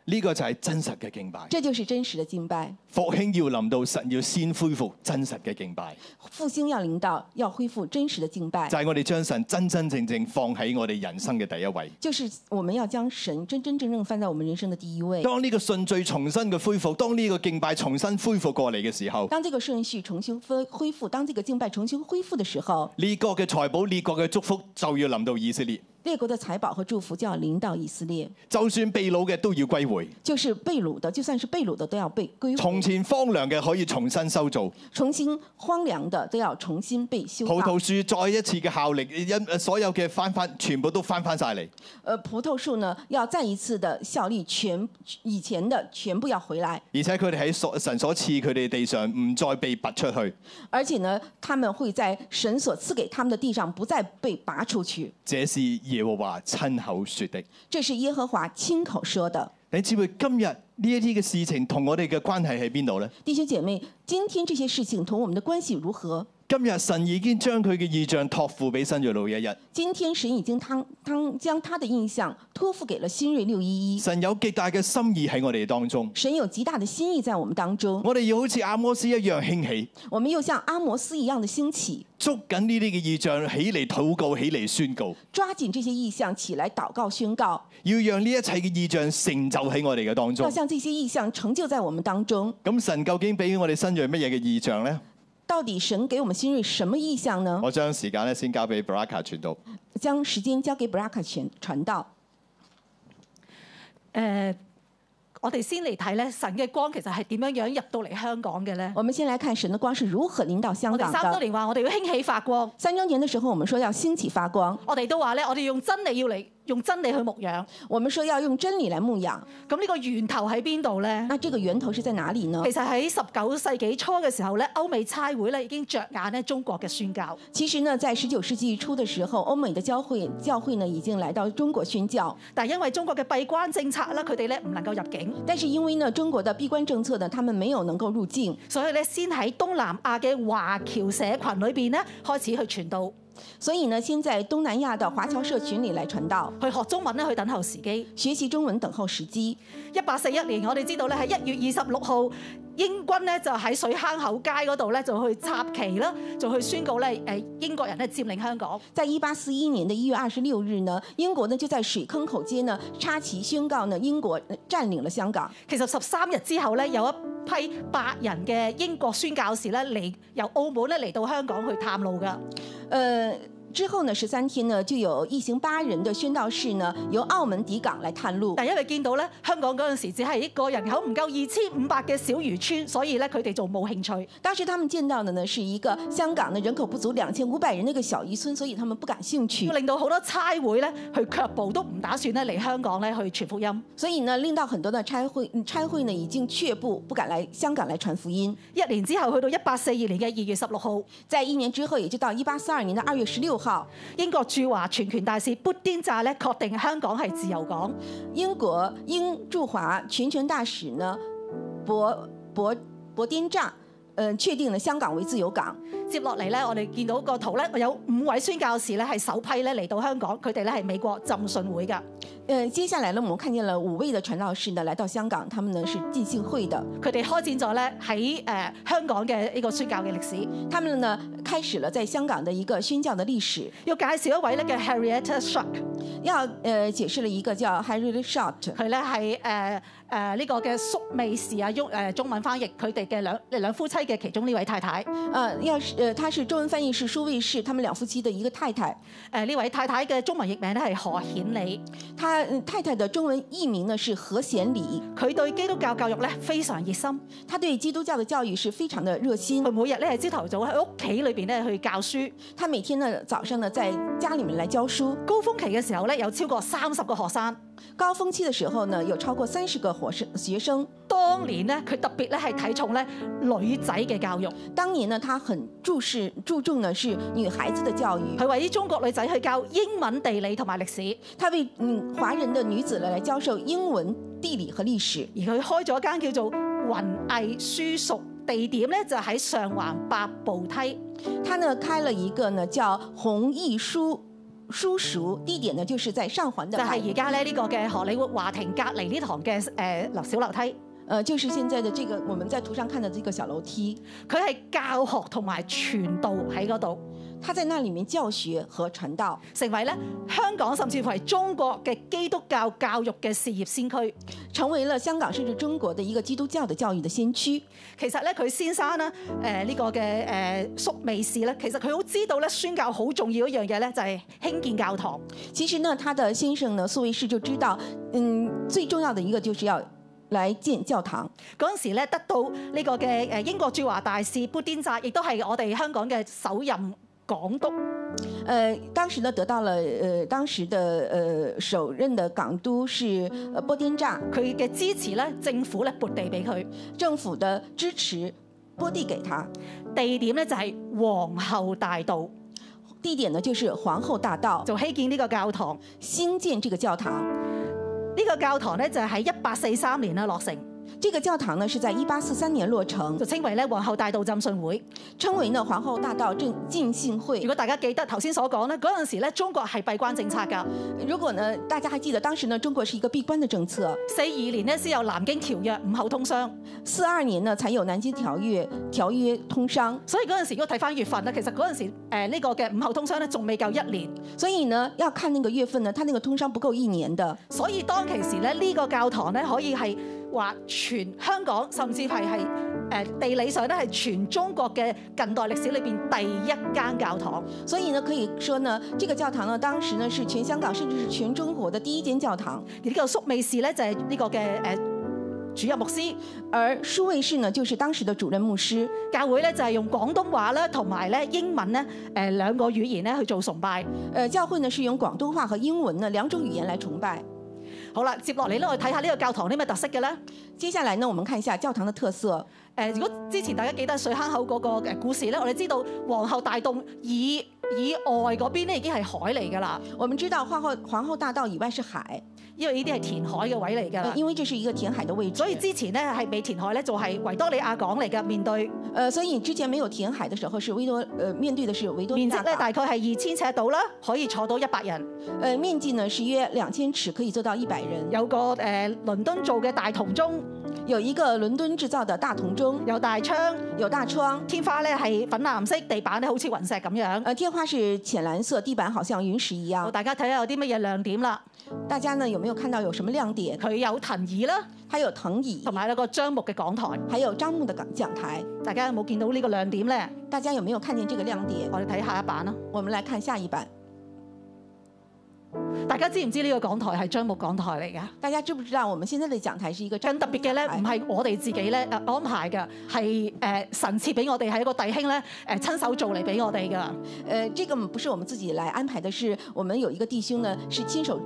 A: 呢、個就係真實嘅敬拜。
B: 这就是真实的敬拜。
A: 復興要臨到，神要先恢復真實嘅敬拜。
B: 复兴要领导，要恢复真实的敬拜
A: 就，係我哋將神真真正正放喺我哋人生嘅第一位。
B: 就是我们要将神真真正正放在我们人生的第一位。
A: 當呢個順序重新嘅恢復，當呢個敬拜重新恢復過嚟嘅時候，
B: 当这个顺序重新恢恢复，当这个敬拜重新恢复的时候，
A: 列國嘅財寶、列國嘅祝福就要臨到以色列。
B: 列国的财宝和祝福就要领导以色列。”
A: 就算被擄嘅都要歸回，
B: 就是被掳的，就算是被掳的都要被归
A: 從
B: 回，
A: 前荒涼嘅可以重新修造，
B: 重新荒涼的都要重新被修
A: 葡
B: 道
A: 萄。樹再一次嘅效力，因呃所有嘅翻翻全部都翻翻晒嚟。
B: 呃，葡萄树呢要再一次的效力全以前的全部要回来，
A: 而且佢哋喺所神所賜佢哋地上唔再被拔出去，
B: 而且呢他们会在神所赐给他们的地上不再被拔出去。
A: 這是耶和華親口說的。
B: 这是耶和华亲口说的。
A: 你知唔知今日呢一啲嘅事情同我哋嘅關係喺邊度呢？
B: 弟兄姐妹，今天这些事情同我们的关系如何？
A: 今日神已經將佢嘅意象托付俾新锐路一日，
B: 今天神已经当当将他的印象托付给了新锐六一一，
A: 神有極大嘅心意喺我哋當中。
B: 神有极大的心意在我们当中，
A: 我哋要好似阿摩斯一樣興起，
B: 我们又像阿摩斯一样的兴起，
A: 捉緊呢啲嘅意象起嚟禱告，起嚟宣告，
B: 抓紧这些意象起来祷告宣告，
A: 要讓呢一切嘅意象成就喺我哋嘅當
B: 要
A: 中。
B: 像这些意象成就在我们当中。
A: 咁神究竟俾我哋新锐乜嘢嘅意象呢？
B: 到底神给我们新锐什么意象呢？
A: 我將時間咧先交俾 Baraka 傳道。
B: 将时间交给 Braca 传传道。
D: 誒、呃我哋先嚟睇咧，神嘅光其實係點樣樣入到嚟香港嘅咧？
B: 我们先来看神的光是如何领导香
D: 我哋
B: 港
D: 三周
B: 的。
D: 年話我哋要興起發光，
B: 三周年的时候，我们说要兴起发光，
D: 我哋都話咧，我哋用真理要嚟用真理去牧養。
B: 我们说要用真理来牧养。
D: 咁呢個源頭喺邊度咧？
B: 那这个源头是在哪里呢
D: 其？實喺十九世紀初嘅時候咧，歐美差會咧已經着眼咧中國嘅宣教。
B: 其实呢，在十九世纪初的时候，欧美的教会教会呢已经来到中国宣教，
D: 但係因為中國嘅閉關政策啦，佢哋咧唔能夠入境，
B: 但是因为呢中国的闭关政策呢，他们没有能够入境，
D: 所以咧先喺東南亞嘅華僑社群裏邊咧開始去傳道，
B: 所以呢先在东南亚的华侨社群里来传道，
D: 去學中文咧去等候時機。
B: 学习中文，等候时机。
D: 一八四一年，我哋知道咧喺一月二十六號，英軍咧就喺水坑口街嗰度咧就去插旗啦，就去宣告咧誒英國人咧佔領香港。
B: 在一八四一年的一月二十六日呢，英国呢就在水坑口街呢插旗宣告呢英国呃占领了香港。
D: 其實十三日之後咧，有一批白人嘅英國宣教士咧嚟由澳門咧嚟到香港去探路㗎。
B: 呃，之后呢，十三天呢，就有一行八人的宣道士呢，由澳门抵港来探路。
D: 但因為見到咧香港嗰陣時只係一個人口唔夠二千五百嘅小漁村，所以咧佢哋就冇興趣。
B: 当时他们见到的呢，是一个香港的人口不足两千五百人那个小渔村，所以他们不感兴趣，
D: 令到好多差會咧，去卻步都唔打算咧嚟香港咧去傳福音。
B: 所以呢，令到很多的差会嗯差会呢已经却步，不敢来香港来传福音。
D: 一年之後，去到一八四二年嘅二月十六號，
B: 在一年之后，也就到一八四二年的二月十六号，
D: 英國駐華全權大使砵甸乍咧確定香港係自由港，
B: 英国英驻华全权大使呢，博博博颠乍，嗯、确定了香港为自由港。
D: 接落嚟咧，我哋見到個圖咧，有五位宣教士咧係首批咧嚟到香港，佢哋咧係美國浸信會㗎，
B: 呃，接下来呢，我们看见了五位的传道士呢来到香港，他们呢是浸信会的，
D: 佢哋開展咗咧喺誒香港嘅呢個宣教嘅歷史。
B: 他们呢开始了在香港的一个宣教的历史。
D: 要介紹一位咧嘅 Harriet Shark，
B: 要呃解释了一个叫 Harry Short，
D: 佢咧係誒誒呃呢個嘅宿美士啊，中誒中文翻譯佢哋嘅兩兩夫妻嘅其中呢位太太。
B: 呃，要是呃她是中文翻译是舒卫士，他们两夫妻的一个太太，
D: 誒呃呢位太太嘅中文譯名咧係何顯理，
B: 她呃太太的中文译名呢是何显礼，
D: 佢對基督教教育咧非常熱心。
B: 她对基督教的教育是非常的热心
D: 佢，每日咧係朝頭早喺屋企裏邊咧去教書，
B: 她每天呢早上呢在家里面来教书，
D: 高峰期嘅時候咧有超過三十個學生。
B: 高峰期的时候呢有超过三十个活生学生，
D: 當年咧佢特別咧係睇重咧女仔嘅教育，
B: 当年呢她很注视注重呢是女孩子的教育。
D: 佢為啲中國女仔去教英文、地理同埋歷史，
B: 他为嗯华人的女子呢来教授英文、地理和历史。
D: 而佢開咗一間叫做雲藝書塾，地點咧就喺上環百步梯。
B: 他呢开了一个呢叫弘毅书书塾，地点呢就是在上环的
D: 就
B: 百，
D: 係而家咧呢個嘅荷里活華庭隔離呢堂嘅誒樓小樓梯，
B: 呃就是現在的这个我们在图上看到这个小楼梯。
D: 佢係教學同埋傳道喺嗰度，
B: 他在那里面教学和传道，
D: 成為咧香港甚至乎係中國嘅基督教教育嘅事業先驅。
B: 成为了香港甚至中国的一个基督教的教育的先驱。
D: 其實咧佢先生咧誒呢個嘅誒宿美士咧，其實佢好知道咧宣教好重要一樣嘢咧，就係興建教堂。
B: 其實呢，他的先生呢苏维士就知道，嗯，最重要的一个就是要来建教堂。
D: 嗰陣時咧得到呢個嘅誒英國駐華大使布甸扎，亦都係我哋香港嘅首任港督。
B: 呃，当时呢得到了呃当时的呃首任的港督是呃波颠乍，
D: 佢嘅支持咧，政府咧撥地俾佢，
B: 政府的支持拨地给他，
D: 地點咧就係皇后大道，
B: 地点呢就是皇后大道，
D: 就興建呢個教堂。
B: 新建这个教堂。
D: 呢、個教堂咧就係喺一八四三年啦落成，
B: 这个教堂呢是在一八四三年落成
D: 就，稱為咧皇后大道浸信會。
B: 称为呢皇后大道正浸信
D: 如
B: 会。
D: 果大家記得頭先所講咧，嗰陣時咧中國係閉關政策㗎，
B: 如果呢大家还记得，当时呢中国是一个闭关的政策，
D: 四二年咧先有南京條約五口通商，
B: 四二年呢才有南京条约条约通商，
D: 所以嗰陣時如果睇翻月份咧，其實嗰陣時呃誒呢、個嘅五口通商咧仲未夠一年，
B: 所以呢要看那个月份呢，它那个通商不够一年的，
D: 所以當其時咧呢、個教堂咧可以係話全香港甚至係係誒地理上咧係全中國嘅近代歷史裏邊第一間教堂。
B: 所以呢可以说呢这个教堂呢当时呢是全香港甚至是全中国的第一间教堂，
D: 而呢個宿美士咧就係、呢個嘅誒、呃主任牧師，
B: 而舒卫士呢就是当时的主任牧师。
D: 教會咧就係、用廣東話啦同埋咧英文咧誒、呃、兩個語言咧去做崇拜。
B: 呃，教会呢是用广东话和英文呢两种语言来崇拜。
D: 好啦，接落嚟咧，我哋睇下呢個教堂啲咩特色嘅咧。誒、
B: 接下来呢，我们看一下教堂的特色。
D: 如果之前大家記得水坑口嗰個誒故事咧，我哋知道皇后大洞以以外嗰邊咧已經係海嚟㗎啦，
B: 我们知道皇后皇后大道以外是海，
D: 因為呢啲係填海嘅位嚟㗎啦
B: 呃。因为这是一个填海的位置。
D: 所以之前咧係未填海咧，就係、維多利亞港嚟㗎，面對
B: 呃，所以之前没有填海的时候是维多呃面对的是维多利
D: 面積
B: 亚
D: 咧
B: 港，
D: 大概係二千尺度啦，可以坐到一百人，
B: 呃面积呢是约两千尺，可以坐到一百人。
D: 有個誒、呃、倫敦做嘅大銅鐘，
B: 有一个伦敦制造的大铜钟，
D: 有大窗，
B: 有大窗，
D: 天花咧係粉藍色，地板咧好似雲石咁樣。
B: 呃天花是浅蓝色，地板好像云石一样。
D: 大家睇下有啲乜嘢亮點啦，
B: 大家呢有没有看到有什么亮点？
D: 佢有藤椅啦，
B: 还有藤椅
D: 同，埋有個樟木嘅講台。
B: 还有樟木的讲讲台。
D: 大家有冇見到呢個亮點呢？
B: 大家有没有看见这个亮点？
D: 我哋睇下一版啦。
B: 我们来看下一版。
D: 大家知唔知呢個講台係樟木講台嚟㗎？
B: 大家知不知道我们现在的讲台是一个
D: 更特別嘅呢，唔係我哋自己呢呃安排㗎，係誒神賜俾我哋，係一個弟兄呢誒親手做嚟俾我哋㗎。
B: 呃，这个不是我们自己来安排的是，我们有一个弟兄呢是亲手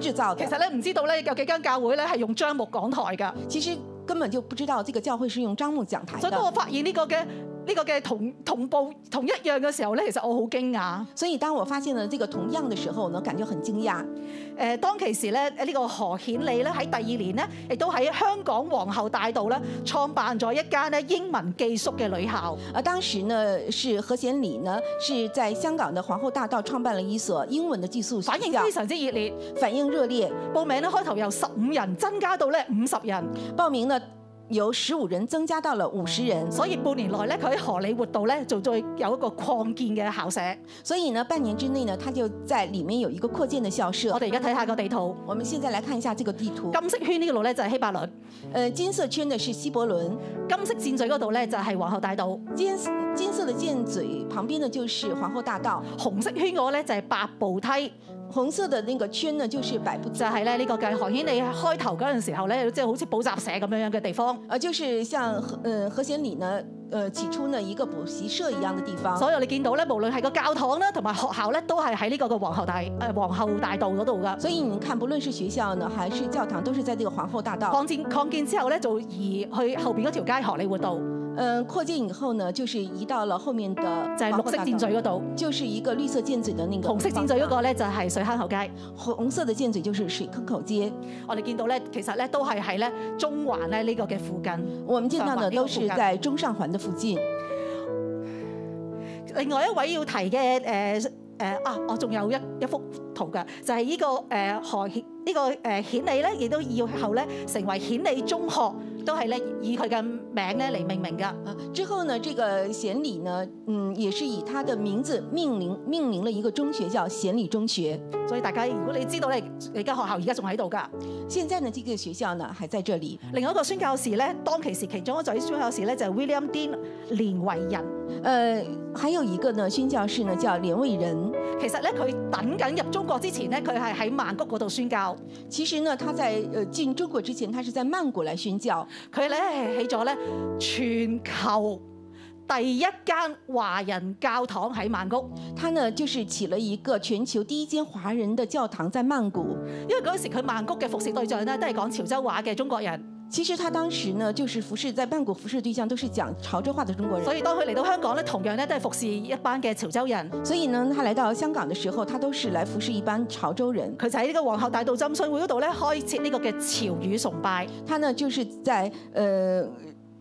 B: 制造
D: 其
B: 的。
D: 實呢，唔知道呢有幾間教會呢係用樟木講台㗎，
B: 其实根本就不知道這個教會是用樟木講台
D: 所以當我
B: 的。
D: 發現呢個嘅呢個嘅同同步同一樣嘅時候呢，其實我好驚訝。
B: 所以當我發現了這個同樣的時候呢，感覺很驚訝。
D: 誒、呃當其時咧，呢、個何顯理咧喺第二年呢，亦都喺香港皇后大道咧創辦咗一間咧英文寄宿嘅女校。
B: 而當時呃呢，是何顯禮呢是在香港的皇後大道創辦了一所英文的寄宿學
D: 反應
B: 校
D: 非，常之熱烈，
B: 反應熱烈，
D: 報名咧開頭由十五人增加到咧五十人，
B: 報名呢由十五人增加到了五十人，
D: 所以半年內咧佢喺荷里活度咧就再有一個擴建嘅校舍。
B: 所以呢半年之內呢，他就在裡面有一個擴建的校
D: 我
B: 舍。
D: 哋而家睇下個地圖，
B: 我們現在來看一下這個地圖，
D: 金色圈呢個路咧就係希伯倫，
B: 呃，金色圈的是希伯倫，
D: 金色箭嘴嗰度咧就係皇后大道，
B: 金金色的箭嘴旁邊呢就是皇后大道，
D: 紅色圈嗰個咧就係百步梯，
B: 紅色的那個圈呢就是百步梯
D: 就。係咧呢個嘅何顯理開頭嗰陣時候咧，即係好似補習社咁樣樣嘅地方。
B: 呃，就是像和呃和弦里呢，呃起初呢一个补习社一样的地方，
D: 所以我哋見到咧，無論係個教堂啦，同埋學校咧，都係喺呢個嘅皇后大誒、呃皇后大道嗰度噶。
B: 所以你看，不论是学校呢还是教堂，都是在这个皇后大道。
D: 擴建擴建之後咧，就移去後邊嗰條街荷里活道，
B: 嗯、扩建以后呢，就是移到了后面的
D: 就係、
B: 皇
D: 綠
B: 后
D: 色
B: 大
D: 箭
B: 道，
D: 嘴嗰度，
B: 就是一个綠色箭嘴的那个
D: 紅色箭嘴嗰個咧就係水坑口街。
B: 红色的箭嘴就是水坑口街。
D: 我哋見到咧，其實咧都係喺咧中環咧呢個嘅附近。
B: 我们见到的都是在中上环的附近。
D: 另外一位要提嘅誒誒啊，我仲有一一幅圖㗎，就係、呢、個誒、呃何顯呢、個誒顯理咧，亦都以後咧成為顯理中學，都係咧以佢嘅名咧嚟命名㗎。
B: 啊，之后呢，这个贤里呢，嗯，也是以他的名字命名命名了一个中学叫贤里中学。
D: 所以大家如果你知道咧，你間學校而家仲喺度㗎。
B: 现在呢，這个学校呢还在这里。
D: 另外一個宣教士咧，當其時其中一位宣教士咧就係 William Dean 連為人。
B: 呃，还有一个呢，宣教士呢叫连卫仁。
D: 其實咧，佢等緊入中國之前咧，佢係喺曼谷嗰度宣教。
B: 其实呢，他在呃进中国之前，他是在曼谷来宣教，
D: 佢咧係起咗咧全球第一間華人教堂喺曼谷，
B: 他呢就是起了一个全球第一间华人的教堂在曼谷。
D: 因為嗰陣時佢曼谷嘅服侍對象咧都係講潮州話嘅中國人，
B: 其实他当时呢，就是服侍在曼谷服侍的对象都是讲潮州话的中国人，
D: 所以當佢嚟到香港咧，同樣咧都係服侍一班嘅潮州人。
B: 所以呢，他来到香港的时候，他都是来服侍一班潮州人。
D: 佢就喺呢個皇后大道浸信會嗰度咧，開設呢個嘅潮語崇拜，
B: 他呢，就是在呃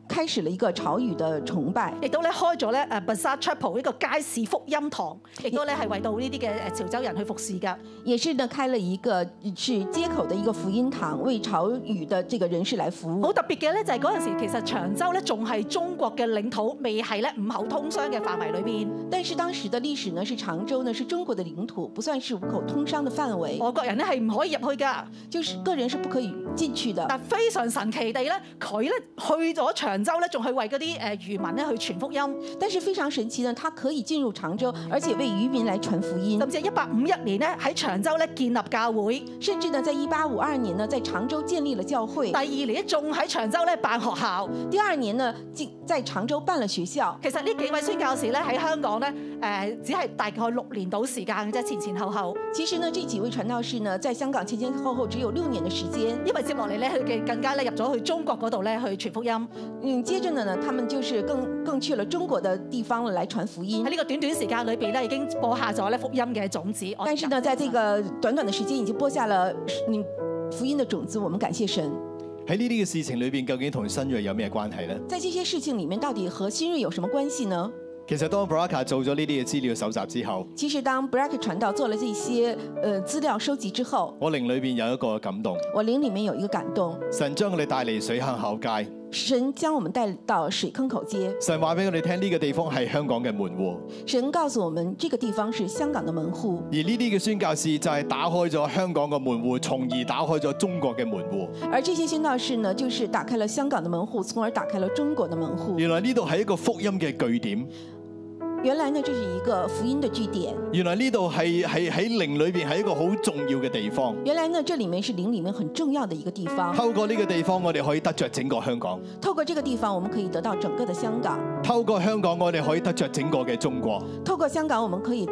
B: 开始了一个潮语的崇拜，
D: 亦都咧開咗咧誒 Bazaar Chapel 呢個街市福音堂，亦都咧係為到呢啲嘅誒呃潮州人去服侍㗎。
B: 也是呢开了一个呃是街口的一个福音堂，为潮语的这个人士来服
D: 好
B: 务。
D: 特別嘅咧，就係嗰陣時其實長洲咧仲係中國嘅領土，未係咧五口通商嘅範圍裏邊。
B: 但是当时的历史呢，是常州呢是中国的领土，不算是五口通商的范围，
D: 外國人咧係唔可以入去㗎，
B: 就是个人是不可以进去的。
D: 但非常神奇地咧，佢咧去咗長洲咧，仲去為嗰啲誒漁民咧去傳福音，
B: 但是非常神奇呢，他可以进入常州，而且为渔民来传福音，
D: 甚至一八五一年咧喺長洲咧建立教會，
B: 甚至呢，在一八五二年呢，在常州建立了教会
D: 第，二年咧仲喺長洲咧辦學校。
B: 第二年呢，进在常州办了学校。
D: 其實呢幾位宣教士咧喺香港咧，誒、只係大概六年到時間嘅啫，前前後後。
B: 其实呢，这几位传道士呢，在香港前前后后只有六年的时间。
D: 因為接落嚟咧，佢哋更加咧入咗去中國嗰度咧去傳福音。喺
B: 嗯，接着呢呢，他们就是更更去了中国的地方了来传福音。
D: 呢個短短時間裏邊咧，已經播下咗咧福音嘅種子。
B: 哦
D: 我
B: 但是呢，在这个短短的时间已经播下了嗯福音的种子，我们感谢神。
A: 喺呢啲嘅事情裏邊，究竟同新锐有咩關係呢？
B: 在这些事情里面，到底和新锐有什么关系呢？
A: 其實當 Baraka 做咗呢啲嘅資料搜集之後，
B: 其实，当 Brack 传道做了这些呃资料收集之后，
A: 我靈裏邊有一個感動，
B: 我灵里面有一个感动，
A: 神將佢哋帶嚟水坑口街，
B: 神將我们带到水坑口街，
A: 神話俾我哋聽呢個地方係香港嘅門户，
B: 神告诉我们这个地方是香港的門户，
A: 而呢啲嘅宣教士就係打開咗香港嘅門户，從而打開咗中國嘅門户。
B: 而这些宣道士呢，就是打开了香港的門户，从而打开了中国的門户。
A: 原來呢度係一個福音嘅據點，
B: 原来呢，这是一个福音的据点。
A: 原來呢度係係喺靈裏邊係一個好重要嘅地方。
B: 原来呢，这里面是灵里面很重要的一个地方。
A: 透過呢個地方，我哋可以得着整個香港；
B: 透过这個地方，我们可以得到整个的香港；
A: 透過香港，我哋可以得着整個嘅中國。
B: 透过香港，我们可以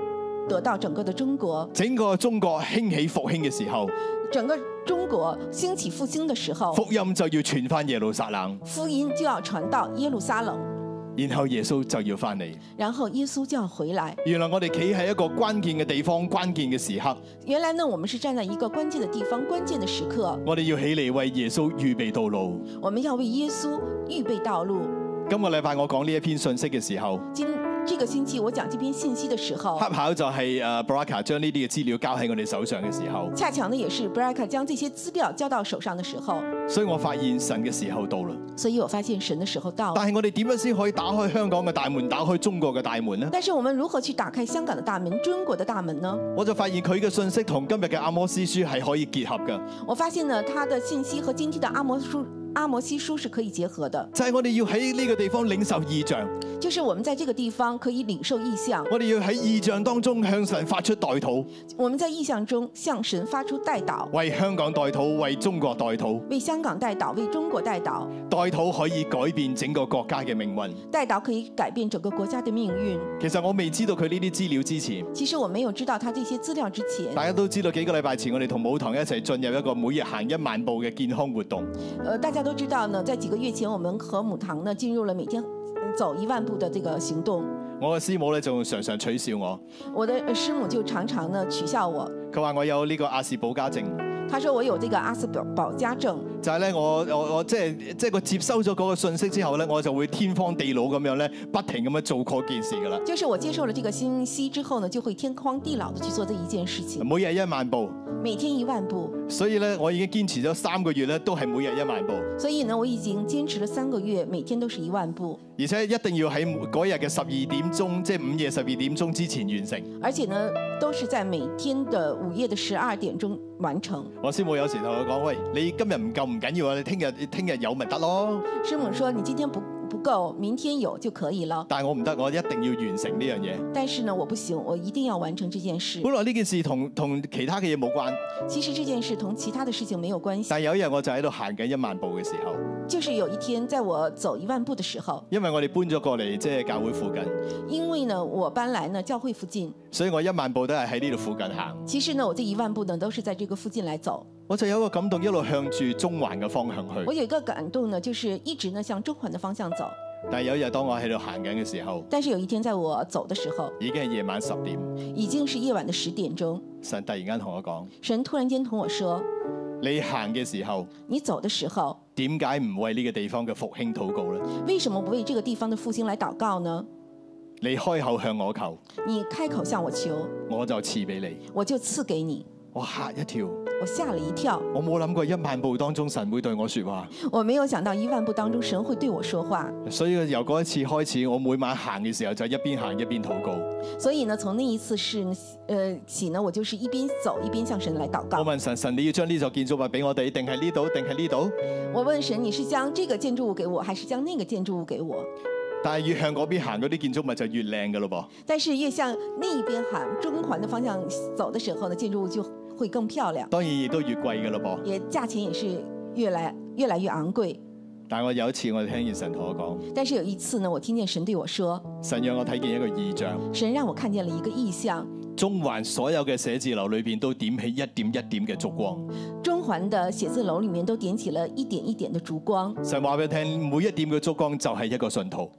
B: 得到整个的中国。
A: 整個中國興起復興嘅時候，
B: 整个中国兴起复兴的时候，
A: 福音就要傳翻耶路撒冷，
B: 福音就要传到耶路撒冷，
A: 然後耶穌就要翻嚟。
B: 然后耶稣就要回来。
A: 原來我哋企喺一個關鍵嘅地方、關鍵嘅時刻，
B: 原来呢，我们是站在一个关键的地方、关键的时刻，
A: 我哋要起嚟為耶穌預備道路。
B: 我们要为耶稣预备道路。
A: 今個禮拜我講呢一篇信息嘅時候，
B: 今这个星期我讲这篇信息的时候
A: 恰，巧就係誒 Baraka 將呢啲嘅資料交喺我哋手上嘅時候，
B: 恰巧呢也是 Braca 将这些资料交到手上的时候，
A: 所以我發現神嘅時候到啦。
B: 所以我发现神的时候到了。
A: 但係我哋點樣先可以打開香港嘅大門、打開中國嘅大門呢？
B: 但是我们如何去打开香港的大门、中国的大门呢？
A: 我就發現佢嘅信息同今日嘅阿摩斯書係可以結合嘅，
B: 我发现呢，他的信息和今天的阿摩书、阿摩西书是可以结合的，
A: 就係、我哋要喺呢個地方領受異象，
B: 就是我们在这个地方可以领受意象，
A: 我哋要喺異象當中向神發出代禱，
B: 我们在意象中向神发出代祷，
A: 為香港代禱，為中國代禱。
B: 为香港代祷，为中国代祷，
A: 代禱可以改變整個國家嘅命運。
B: 代祷可以改变整个国家的命运。
A: 其實我未知道佢呢啲資料之前，
B: 其实我没有知道他这些资料之前，
A: 大家都知道幾個禮拜前我哋同舞堂一齊進入一個每日行一萬步嘅健康活動。
B: 呃，大家都知道呢，在几个月前我们和母堂呢进入了每天走一万步的这个行动，
A: 我嘅師母咧仲常常取笑我，
B: 我的呃师母就常常呢取笑我，
A: 佢話我有呢個亞氏保加症。
B: 她说我有这个阿斯保保加症。
A: 就係咧，我我我即係即係個接收咗嗰個信息之後咧，我就會天荒地老咁樣咧，不停咁樣做嗰件事㗎啦。
B: 就是我接受了这个信息之后呢，就会天荒地老的去做这一件事情，
A: 每日一萬步，
B: 每天一万步。
A: 所以咧我已經堅持咗三個月咧，都係每日一萬步，
B: 所以呢，我已经坚持了三个月，每天都是一万步，
A: 而且一定要喺嗰日嘅十二點鐘，即係午夜十二點鐘之前完成。
B: 而且呢，都是在每天的午夜的十二点钟完成。
A: 我師母有時同我講：喂，你今日唔夠唔緊要啊，你聽日聽日有咪得咯？
B: 师母说：“你今天不不夠，明天有就可以了。
A: 但係我唔得，我一定要完成呢樣嘢。”
B: 但是呢，我不行，我一定要完成这件事。
A: 本來呢件事同同其他嘅嘢冇關，
B: 其实这件事同其他的事情没有关系，
A: 但係有一日我就喺度行緊一萬步嘅時候，
B: 就是有一天在我走一万步的時候，
A: 因為我哋搬咗過嚟即係教會附近。
B: 因为呢，我搬来呢教会附近，
A: 所以我一萬步都係喺呢度附近行。
B: 其实呢，我这一万步呢都是在这个附近来走。
A: 我就有一個感動，一路向住中環嘅方向
B: 我
A: 去。
B: 有一个感动呢，就是一直呢向中环的方向走。
A: 但係有一日當我喺度行緊嘅時候，
B: 但是有一天，在我走的时候，
A: 已經係夜晚十點，
B: 已经是夜晚的十点钟。
A: 神突然間同我講：
B: 神突然间同我说
A: 你行嘅時候，：“
B: 你走的時候，
A: 點解唔為呢個地方嘅復興禱告呢？
B: 為什麼不為這個地方的復興來禱告呢？
A: 你開口向我求，
B: 你開口向我求，
A: 我就賜俾你。
B: 我就賜給你。”
A: 我嚇一跳，
B: 我嚇了一跳，
A: 我冇諗過一萬步當中神會對我說話。
B: 我沒有想到一萬步當中神會對我說話，
A: 所以由嗰一次開始，我每晚行嘅時候就一邊行一邊禱告。
B: 所以呢，從那一次事呃起呢，我就是一邊走一邊向神來禱告
A: 我。問神：神你要將呢座建築物俾我哋，定係呢度，定係呢度？
B: 我問神，你是將這個建築物給我，還是將那個建築物給我？
A: 但係越向嗰邊行，嗰啲建築物就越靚㗎咯
B: 但是越向那一邊喊中環的方向走的時候呢，建築物就會更漂亮
A: 噃，，當然亦都越貴㗎咯噃。
B: 也價錢也是越來越來越昂貴。
A: 但係我有一次我聽見神同我講，
B: 但是有一次呢，我聽見神對我說，
A: 神讓我睇見一個異象，
B: 神讓我看見了一個異象，
A: 中環所有嘅寫字樓裏邊都點起一點一點嘅燭光。
B: 中環的寫字樓裡面都點起了一點一點的燭光。
A: 神話俾我聽，每一點嘅燭光就係一個信徒。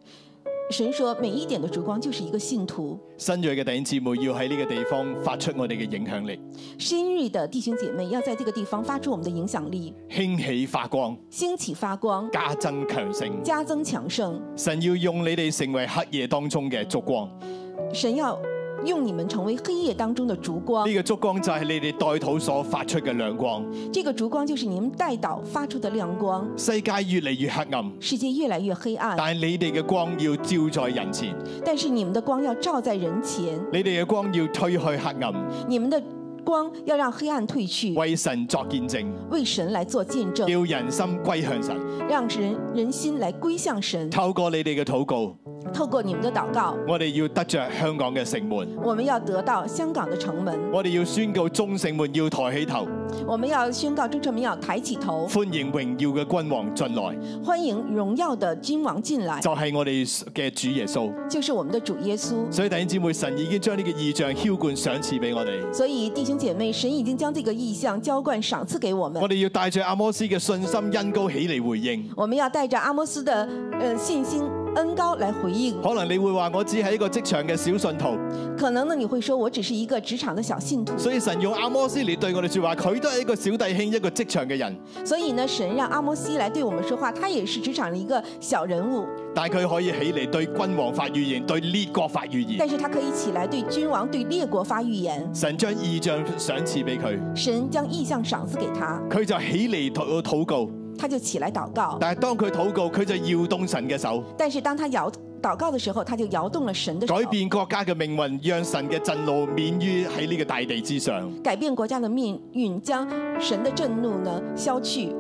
B: 神說，每一點的燭光就是一個信徒。
A: 新锐嘅弟兄姊妹要喺呢個地方發出我哋嘅影響力，
B: 新锐的弟兄姐妹要在這個地方發出我們的影響力，
A: 興起發光，
B: 興起發光，
A: 加增強盛。
B: 加增強盛。
A: 神要用你哋成為黑夜當中嘅燭光，呢、
B: 神要用你們成為黑夜當中的燭光。
A: 個燭光就係你哋代禱所發出嘅亮光。
B: 這個燭光就是你們帶導發出的亮光。
A: 世界越嚟越黑暗，
B: 世界越來越黑暗，
A: 但係你哋嘅光要照在人前，
B: 但是你們的光要照在人前，
A: 你哋嘅光要推去黑暗，
B: 你們的光要讓黑暗退去，
A: 為神作見證，
B: 為神來做見證，
A: 要人心歸向神。
B: 讓人人心來歸向神。
A: 透過你哋嘅禱告，
B: 透過你們的禱告，
A: 我哋要得着香港嘅城門，
B: 我們要得到香港的城門，
A: 我哋要宣告中城門要抬起頭，
B: 我們要宣告中城門要抬起頭，
A: 歡迎榮耀嘅君王進來，
B: 歡迎榮耀的君王進來，
A: 就係、我哋嘅主耶穌。
B: 就是我們的主耶穌。
A: 所以弟兄姊妹，神已經將呢個異象澆灌賞賜俾我哋。
B: 所以弟兄姐妹，神已經將這個意象浇灌賞賜給我們
A: 我。哋要帶住阿摩斯嘅信心恩高起嚟回應。
B: 我们要带着阿摩斯的呃信心恩高来回应。
A: 可能你會話我只係一個職場嘅小信徒，
B: 可能呢你會說我只是一個職場的小信徒，
A: 所以神用阿摩斯嚟對我哋说話，佢都係一個小弟兄，一個職場嘅人，
B: 所以呢神讓阿摩斯來對我們說話，他也是職場的一個小人物，
A: 但係佢可以起嚟對君王發預言，對列國發預言
B: 但。是他可以起来對君王、對列國發預言。
A: 神將異象賞賜俾佢，
B: 神將意象賞賜給他，
A: 佢就起嚟禱祷告。
B: 他就起來禱告。
A: 但係當佢禱告，佢就搖動神嘅手，
B: 但是當他搖禱告的時候，他就搖動了神的手，
A: 改變國家嘅命運，讓神嘅震怒免於喺呢個大地之上。
B: 改變國家的命運，將神的震怒呢消去。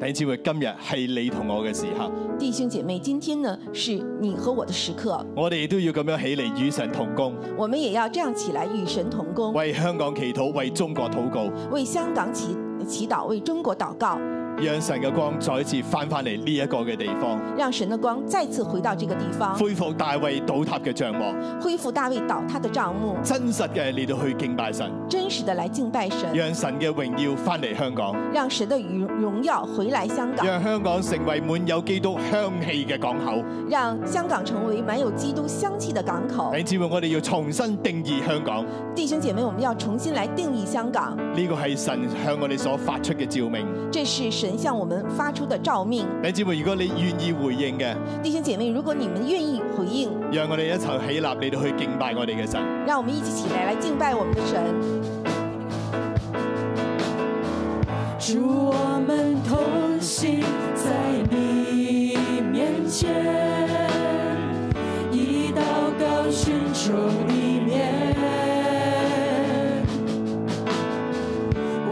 A: 弟兄姊妹，今日係你同我嘅時刻，
B: 弟兄姐妹，今天呢是你和我的時刻，
A: 我哋都要咁樣起嚟與神同工。
B: 我們也要這樣起來與神同工。
A: 為香港祈禱，為中國禱告，
B: 为香港祈祈祷，为中国祷告，
A: 讓神嘅光再一次翻返嚟呢一個嘅地方，
B: 让神的光再次回到这个地方，
A: 恢復大衛倒塌嘅帳幕，
B: 恢复大卫倒塌的帐幕，
A: 真實嘅嚟到去敬拜神，
B: 真实的来敬拜神，
A: 讓神嘅榮耀翻嚟香港，
B: 让神的荣荣耀回来香港，
A: 讓香港成為滿有基督香氣嘅港口。
B: 让香港成为满有基督香气的港口
A: 弟。兄姊妹，我哋要重新定義香港，呢
B: 弟兄姐妹，我们要重新来定义香港，
A: 個係神向我哋所發出嘅照明。
B: 这是神向我们发出的照命。
A: 弟兄姊妹，如果你願意回應嘅，
B: 弟兄姐妹，如果你们愿意回应，
A: 讓我哋一齊起立嚟到去敬拜我哋嘅神。
B: 让我们一起起来来敬拜我们的神。
E: 主，我们同行在你面前，以祷告寻求你面。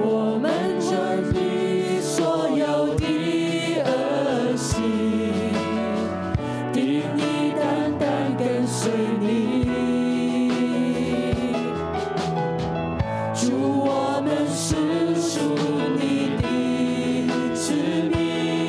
E: 我们将你所有的恶行，定义单单跟随你。祝我们是属你的子民，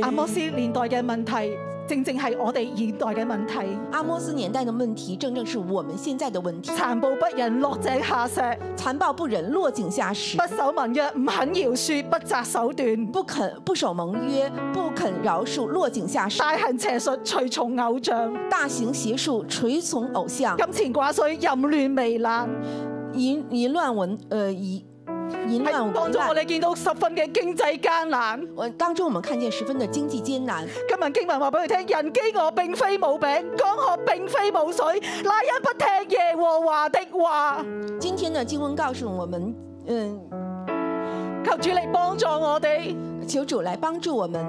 F: 嘅問題，正正係我哋現代嘅問題。
B: 阿摩斯年代的问题，正正是我们现在的问题。
F: 殘暴不仁，落井下石，
B: 残暴不仁，落井下石
F: 不，守盟約，唔肯饒恕，不擇手段，
B: 不肯不守盟约，不肯饶恕，落井下石，
F: 大行邪術，隨從偶像，
B: 大行邪术，垂从偶像，
F: 金錢掛帥，淫亂糜爛。
B: 淫淫乱文呃淫淫乱
D: 哎
F: 喺
B: 文
F: 當中，我
B: 滥。
F: 哋見到十分嘅經濟艱難。
B: 我当中我们看见十分的经济艰难，
F: 今日經文話俾佢聽：人飢餓並非冇餅，乾渴並非冇水，那因不聽耶和華的話。
B: 今天呢，经文告诉我们，嗯，
F: 求主你幫助我哋，
B: 求主来帮助我们。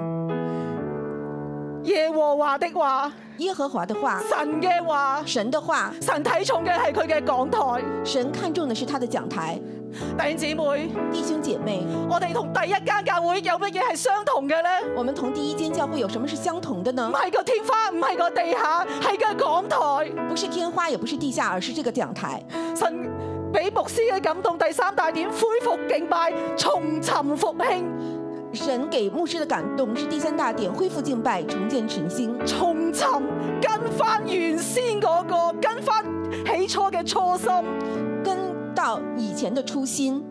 F: 耶和華的話，
B: 耶和华的话，
F: 神嘅話。
B: 神的话，
F: 神睇重嘅係佢嘅講台，
B: 神看重的是他的讲台。
F: 弟兄姊妹，
B: 弟兄姐妹，
F: 我哋同第一間教會有乜嘢係相同嘅呢？
B: 我们同第一间教会有什么是相同的
F: 唔
B: 呢？
F: 係個天花，唔係個地下，係嘅講台。
B: 不是天花，也不是地下，而是这个讲台。
F: 神俾牧師嘅感動，第三大點恢復敬拜，重尋復興，
B: 神给牧师的感动是第三大点：恢复敬拜，重建群星，
F: 重尋跟翻原先嗰、個，跟翻起初嘅初心。
B: 跟到以前的初心。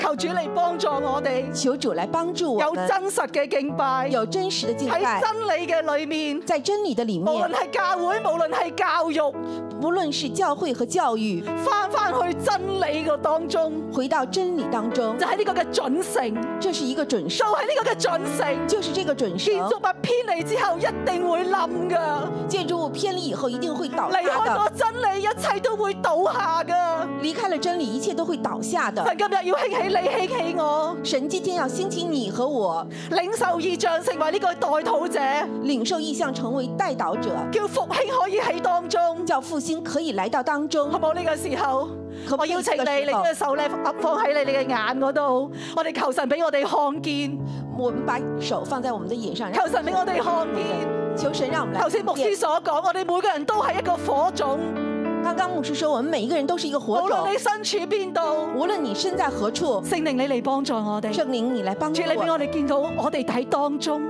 F: 求主你幫助我哋，
B: 求主来帮助我
F: 有
B: 们，
F: 真實嘅敬拜，
B: 啊有真实的敬
F: 喺
B: 拜，
F: 真理嘅裏面，
B: 在真理的里
F: 無論
B: 面，
F: 係教會，無論係教育。
B: 无论是教会和教育，
F: 翻翻去真理個當中，
B: 回到真理当中
F: 就，喺呢個嘅準繩，
B: 这是一个准
F: 就
B: 绳，
F: 喺呢個嘅準繩。
B: 就是这个准
F: 建
B: 绳
F: 築。物偏離之後，一定會冧噶。
B: 建筑物偏离以后一定会倒
F: 離開
B: 塌的，
F: 咗真理，一切都會倒下噶。
B: 离开了真理，一切都会倒下的。
F: 神今日要興起你，興起我，
B: 神今天要兴起你和我，
F: 領受異象，成為呢個代土者，
B: 领受意向，成为代导者，
F: 叫復興可以喺當中。
B: 叫复兴可以来到当中
F: 好。冇呢個時候，
B: 可唔
F: 我
B: 可以
F: 邀請你，
B: 呢個時候
F: 你將手咧放喺你哋嘅眼嗰度。我哋求神俾我哋看見，
B: 我们把手放在我们的眼上，让
F: 求神俾我哋看見。
B: 求神讓我們
D: Dạ.
B: 來
F: 頭先牧師所講，我哋每個人都係一個火種，
B: 剛剛牧師說，我們每一個人都是一個
D: Dạ.
F: 無
B: 火
F: 論
B: 種，
F: 你身處邊度，
B: 無論你身在何處，
F: 聖靈你嚟幫助我
D: Dạ.
F: 哋。
B: 聖靈你來幫
F: 主
B: 助
F: 你俾
B: 我。
F: 我哋見到，我哋喺當中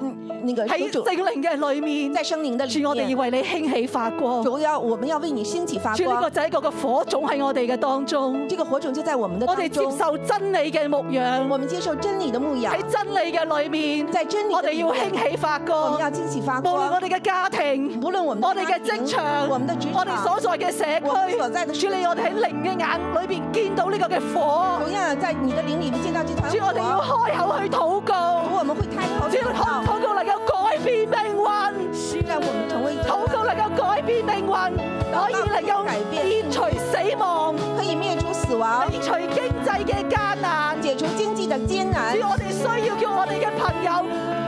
B: 嗯那個
F: 喺
B: 主主
F: 聖靈嘅裏面，
B: 在聖靈的
F: 主我
D: Dạ.
B: 裡
F: 哋
B: 面，
F: 要為你興起發光。
B: 主要我們要為你興起發
F: 主呢個
B: 光。
F: 就係一個個火種喺我哋嘅當中，
B: 這個火種就在我們的
F: 我哋
B: 當
F: 接
B: 中，
F: 受真理嘅牧養
B: 我們接受真理的牧養
F: 喺，真理嘅裏面，
B: 在真理
F: 我
B: 的
F: 哋
B: 裡
F: 要
B: 面，
F: 興起發
B: 我
F: 光
B: 們。要興起發
F: 無論我
B: 光。
F: 哋嘅家庭，
B: 無論我們
F: 我哋
B: 的
F: 嘅
B: 家
F: 職
B: 庭
F: 場，
B: 我們的職
F: 我哋所
B: 場，
F: 在嘅社
B: 我們所在
F: 區，
B: 的
F: 主你我哋喺靈嘅眼裏邊見到呢個嘅火
B: 同，樣在你的靈裡面見到這團
F: 主我哋要
B: 火，
F: 開口去禱告，
B: 我們會開口
F: 主要
B: 禱
F: 禱
B: 告，
F: 禱告能夠改變命運，
B: 讓我們成為一
F: 禱告能夠改變命運，可以能夠免除死亡，
B: 可以滅除死亡、
F: 免除經濟嘅艱難。
B: 解除經濟的艱難
F: 主。我哋需要叫我哋嘅朋友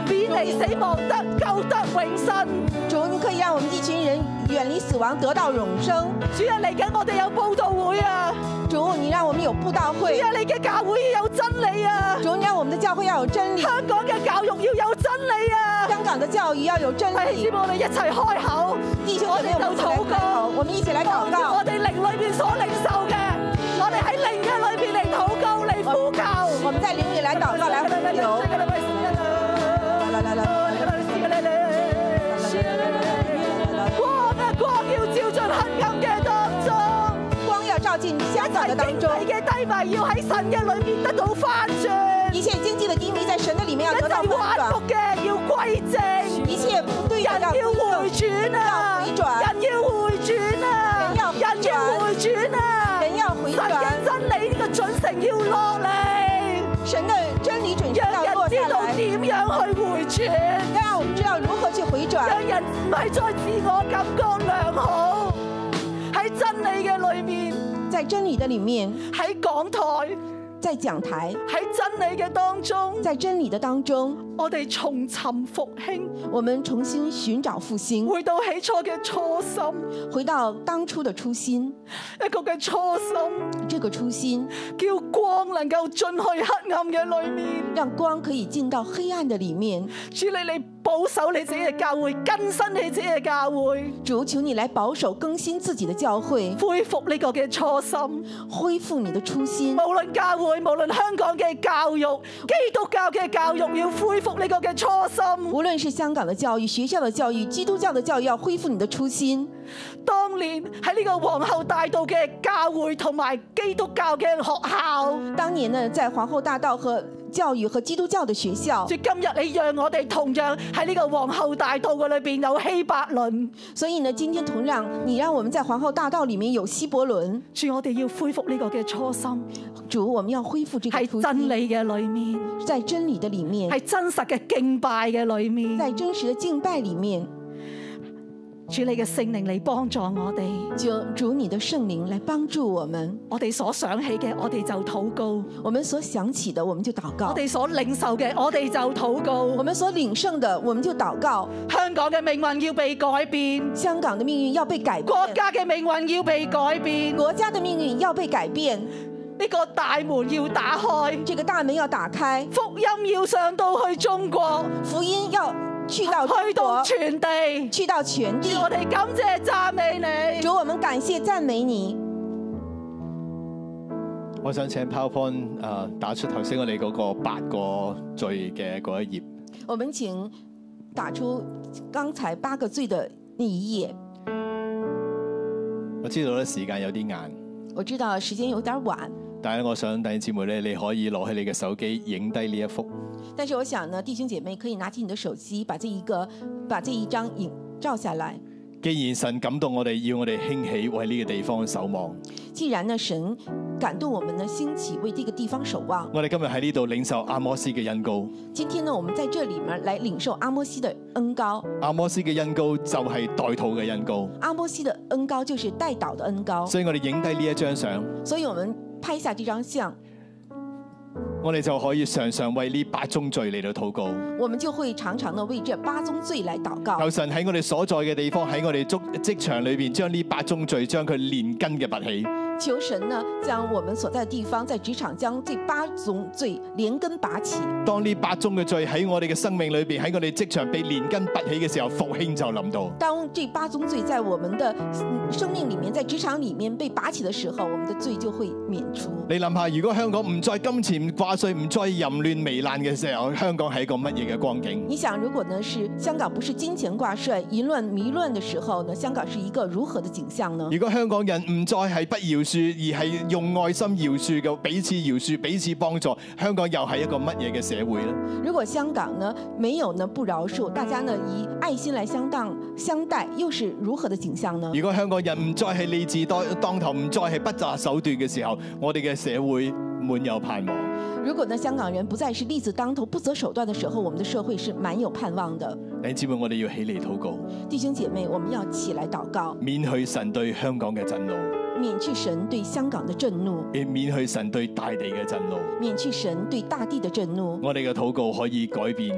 F: 免離死亡，得救得永生。
B: 主，你可以讓我們一群人遠離死亡，得到永生。
F: 主啊，嚟緊我哋有報道會啊！
B: 主，你讓我們有布道會
F: 主。啊，你嘅教會要有真理啊！
B: 主，你讓我們的教會要有真理，
F: 香港嘅教育要有真理啊！
B: 香港的教育要有真
F: 弟兄姊
B: 理
F: 妹，。我哋一齊開口，
B: 弟兄姐妹，我
F: 我
B: 們一起
F: 哋
B: 來
F: 就禱
B: 開
F: 告
B: 口，。我們一起來
F: 按
B: 禱
F: 照我
B: 告。
F: 哋靈裏邊所領受嘅，我哋喺靈嘅裏邊嚟禱告，嚟呼求。
B: 我們在靈裡來禱告，來呼求。來來來，
F: 光啊光要照進黑暗嘅當中，
B: 光要照進香港的
F: 一切
B: 當
F: 經
B: 中
F: 濟，嘅低迷要喺神嘅裏邊得到翻轉，
B: 一切經濟的低迷在神的裡面要
F: 一
B: 得
F: 切
B: 到翻
F: 彎
B: 轉，
F: 曲嘅要歸正，
B: 一切不對的
F: 人
B: 要
F: 要回
B: 歸正，
F: 轉啊！人要回轉啊！人要回轉啊！
B: 人要回
F: 神嘅
B: 轉。
F: 真理呢個準繩要落嚟。
B: 神的真理準確
F: 讓
B: 要
F: 人
B: 落
F: 知
B: 下
F: 道
B: 來，
F: 點樣去回轉，
B: 要讓我們知道如何去回轉。
F: 讓人唔係再自我感覺良好，喺真理嘅裏面，
B: 在真理的裡面，
F: 喺講台，
B: 在講台，
F: 喺真理嘅當中，
B: 在真理的當中，
F: 我哋重尋復興，
B: 我們重新尋找復興，
F: 回到起初嘅初心，
B: 回到當初的初心。
F: 一個嘅初心，
B: 這個初心，
F: 叫光能夠進去黑暗嘅裏面。
B: 讓光可以進到黑暗的裡面。
F: 主你嚟保守你自己嘅教會，更新你自己嘅教會，
B: 主，求你來保守更新自己的教會，
F: 恢復呢個嘅初心。
B: 恢復你的初心。
F: 無論教會，無論香港嘅教育，基督教嘅教育要恢復
D: 復你個嘅初心。
B: 无论是香港的教育、学校的教育、基督教的教育，要恢复你的初心。
D: 當年喺呢個皇后大道嘅教會同埋基督教嘅學校，
B: 当年呢，在皇后大道和教育和基督教的学校，
D: 即今日你讓我哋同樣喺呢個皇后大道嘅裏邊有希伯倫。
B: 所以呢，今天同样你让我们在皇后大道里面有希伯伦，
D: 主，我哋要恢復呢個嘅初心，
B: 主，我们要恢复这个
D: 喺
B: 初
D: 真
B: 心，
D: 理嘅裏面，
B: 在真理的里面，
D: 係真實嘅敬拜嘅裏面。
B: 在真实的敬拜里面，
D: 主你嘅聖靈嚟幫助我哋，
B: 就主你的圣灵来帮助我们。
D: 我哋所想起嘅我哋就禱告，
B: 我们所想起的，我们就祷告
D: 我；哋所領受嘅我哋就禱
B: 我
D: 告。
B: 们所领受的，我们就祷告。
D: 香港嘅命運要被改變，
B: 香港的命运要被改变，
D: 國家嘅命運要被改變，呢、
B: 国家的命运要被改变，
D: 個大門要打開，
B: 这个大门要打开，
D: 福音要上到去中國，
B: 福音要去到
D: 去
B: 中
D: 到
B: 国，
D: 全地。
B: 去到全地
D: 主。我哋感謝讚美你。
B: 主，我们感谢赞美你。
A: 我想請 PowerPoint 誒、打出頭先我哋嗰個八個罪嘅嗰一頁。
B: 我们请打出刚才八个罪的那一页。
A: 我知道咧時間有啲晏，
B: 我知道时间有点晚，
A: 但係咧我想弟兄姊妹咧，你可以攞起你嘅手機影低呢一幅。
B: 但是我想呢，弟兄姐妹可以拿起你的手机，把这一个把这一张影照下来。
A: 既然神感動我哋，要我哋興起為呢個地方守望。
B: 既然呢，神感动我们呢，兴起为这个地方守望。
A: 我哋今日喺呢度領受阿摩斯嘅恩膏。
B: 今天呢，我们在这里面来领受阿摩西的恩高。
A: 阿摩斯嘅恩膏就係代禱嘅恩膏。
B: 阿摩西的恩高就是代祷的恩高，
A: 所以我哋影低呢一張相，
B: 所以我们拍下这张像，
A: 我哋就可以常常為呢八宗罪嚟到禱告。
B: 我们就会常常的为这八宗罪来祷告。
A: 求神喺我哋所在嘅地方，喺我哋職職場裏邊，將呢八宗罪將佢連根嘅拔起。
B: 求神呢，将我们所在的地方，在职场将这八宗罪连根拔起。
A: 當呢八宗嘅罪喺我哋嘅生命裏邊，喺我哋職場被連根拔起嘅時候，復興就臨到。
B: 当这八宗罪在我们的嗯生命里面，在职场里面被拔起的时候，我们的罪就会免除。
A: 你諗下，如果香港唔再金錢掛帥，唔再淫亂糜爛嘅時候，香港係一個乜嘢嘅光景？
B: 你想，如果呢是香港不是金钱挂帅、淫乱迷乱的时候呢，香港是一个如何的景象呢？
A: 如果香港人唔再係不饒恕，而係用愛心饒恕嘅，彼此饒恕，彼此幫助，香港又係一個乜嘢嘅社會呢？
B: 如果香港呢没有呢不饶恕，大家呢以爱心来相当相待，又是如何的景象呢？
A: 如果香港人唔再係理智當當頭，唔再係不擇手段嘅時候，我哋嘅社會滿有盼望。
B: 如果呢香港人不再是利字当头、不择手段的时候，我们的社会是蛮有盼望的。
A: 弟兄姊妹，我哋要起嚟禱告，
B: 弟兄姐妹，我们要起来祷告，
A: 免去神對香港嘅震怒，
B: 免去神对香港的震怒，
A: 亦免去神對大地嘅震怒。
B: 免去神对大地的震怒。
A: 我哋嘅禱告可以改變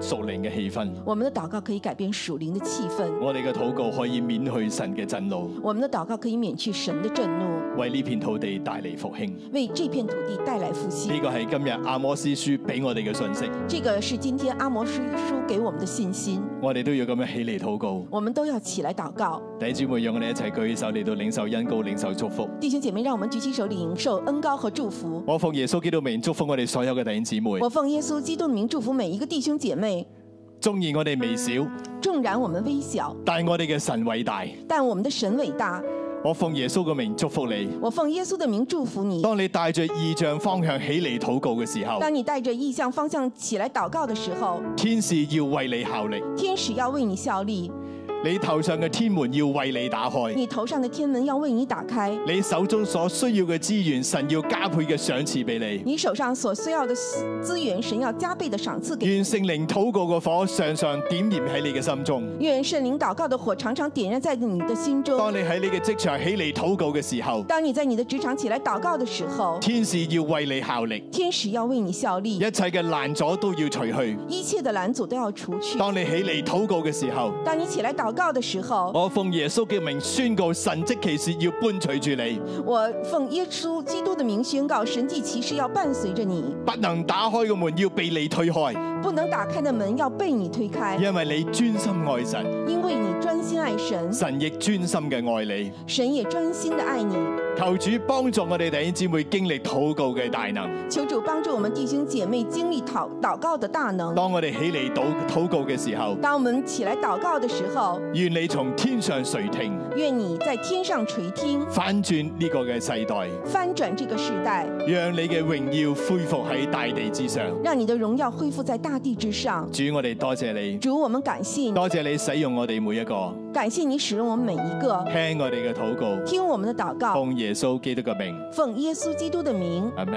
A: 屬靈嘅氣氛，
B: 我们的祷告可以改变属灵的气氛，
A: 我哋嘅禱告可以免去神嘅震怒，
B: 我们的祷告可以免去神的震怒，
A: 為呢片土地帶嚟復興。呢
B: 为这片土地带来复兴。
A: 個係今日阿摩斯書俾我哋嘅信息，
B: 这个是今天阿摩斯书给我们的信心，
A: 我哋都要咁樣起嚟禱告。
B: 我们都要起来祷告。
A: 弟兄姊妹，讓我哋一齊舉起手嚟到領受恩膏、領受祝福。
B: 弟兄姐妹，让我们举起手领受恩高和祝福。
A: 我奉耶穌基督名祝福我哋所有嘅弟兄姊妹。
B: 我奉耶稣基督的名祝福每一个弟兄姐妹。
A: 縱然我哋微小，
B: 纵然我们微小，
A: 但我哋嘅神偉大。
B: 但我们的神伟大。
A: 我奉耶穌嘅名祝福你。
B: 我奉耶稣的名祝福你。
A: 當你帶着異象方向起嚟禱告嘅時候，
B: 当你带着意向方向起来祷告的时候，
A: 天使要為你效力，
B: 天使要为你效力，
A: 你頭上嘅天門要為你打開，
B: 你头上的天门要为你打开，
A: 你手中所需要嘅資源，神要加倍嘅賞賜俾你。
B: 你手上所需要的资源，神要加倍的赏赐给你。
A: 願聖靈禱告嘅火常常點燃喺你嘅心中。
B: 愿圣灵祷告的火常常点燃在你的心中
A: 當。你喺你嘅職場起嚟禱告嘅時候，
B: 当你在你的职场起来祷告的时候，
A: 天使要為你效力，
B: 天使要为你效
A: 一
B: 力，
A: 切嘅攔阻都要除去。
B: 一切的拦阻都要除去。
A: 當你起嚟禱告嘅時候，
B: 当你起来祷告的时候，
A: 我奉耶穌嘅名宣告神蹟奇事要伴隨住你，
B: 我奉耶稣基督的名宣告，神迹奇事要伴随着你，
A: 不能打開嘅門要被你推開，
B: 不能打开的门要被你推开，
A: 因為你專心愛神，
B: 因为你专心爱神，
A: 神亦專心嘅愛你。
B: 神也专心的爱你。
A: 求主幫助我哋弟兄姊妹經歷禱告嘅大能。
B: 求主帮助我们弟兄姐妹经历祷祷告的大能。
A: 當我哋起嚟禱禱告嘅時候，
B: 当我们起来祷告的时候，
A: 願你從天上垂聽，
B: 愿你在天上垂听，
A: 反轉呢個嘅世代，
B: 翻转这个时代，
A: 讓你嘅榮耀恢復喺大地之上。
B: 让你的荣耀恢复在大地之上。
A: 主，我哋多謝你，
B: 主，我们感谢你，
A: 多謝你使用我哋每一個，
B: 感谢你使用我们每一个
A: 聽我哋嘅禱告，
B: 听我们的祷告，
A: 奉耶穌基督嘅名，
B: 奉耶稣基督的名，
A: 阿門。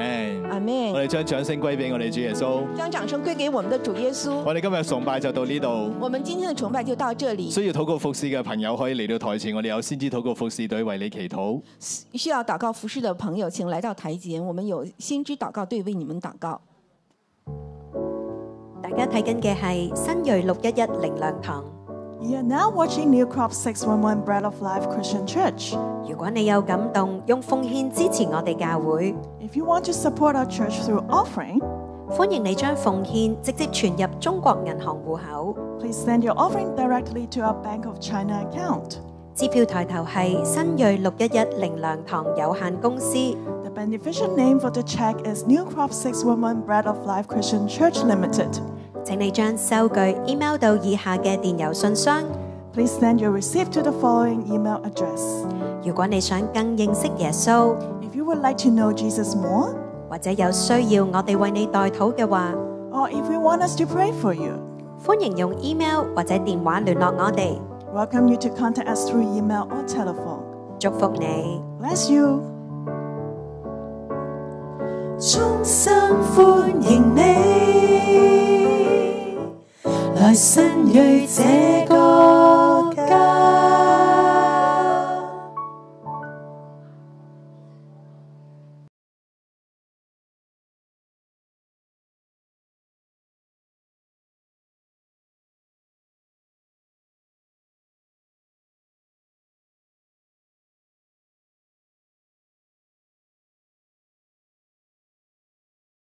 B: 阿
A: 我
B: 门。
A: 哋將掌聲歸俾我哋主耶穌。
B: 将掌声归给我们的主耶稣。
A: 我哋今日崇拜就到呢度。
B: 我们今天的崇拜就到这里。
A: 需要禱告服侍嘅朋友可以嚟到台前，我哋有先知禱告服侍隊為你祈禱。
B: 需要祷告服侍的朋友，请来到台前，我们有先知祷告队为你们祷告。
G: 大家睇緊嘅係新锐六一一靈糧堂。
H: You're now watching New Crop 611 Bread of Life Christian Church.
G: 如果你有感動，用奉獻支持我哋教會，
H: If you want to support our church through offering,
G: 歡迎你將奉獻直接存入中國銀行户口。
H: please send your offering directly to our Bank of China account.
G: 支票抬頭係新锐六一一靈糧堂有限公司，
H: The beneficial name for the check is New Crop 611 Bread of Life Christian Church Limited.
G: 請你將收據 email 到以下嘅電郵信箱。
H: Please send your receipt to the following email address.
G: 如果你想更認識耶穌，
H: If you would like to know Jesus more,
G: 或者有需要我哋為你代禱嘅話，
H: or if you want us to pray for you,
G: 歡迎用 email 或者電話聯絡我哋。
H: welcome you to contact us through email or telephone.
G: 祝福你。
H: Bless you.
E: 衷心歡迎你，來新锐這個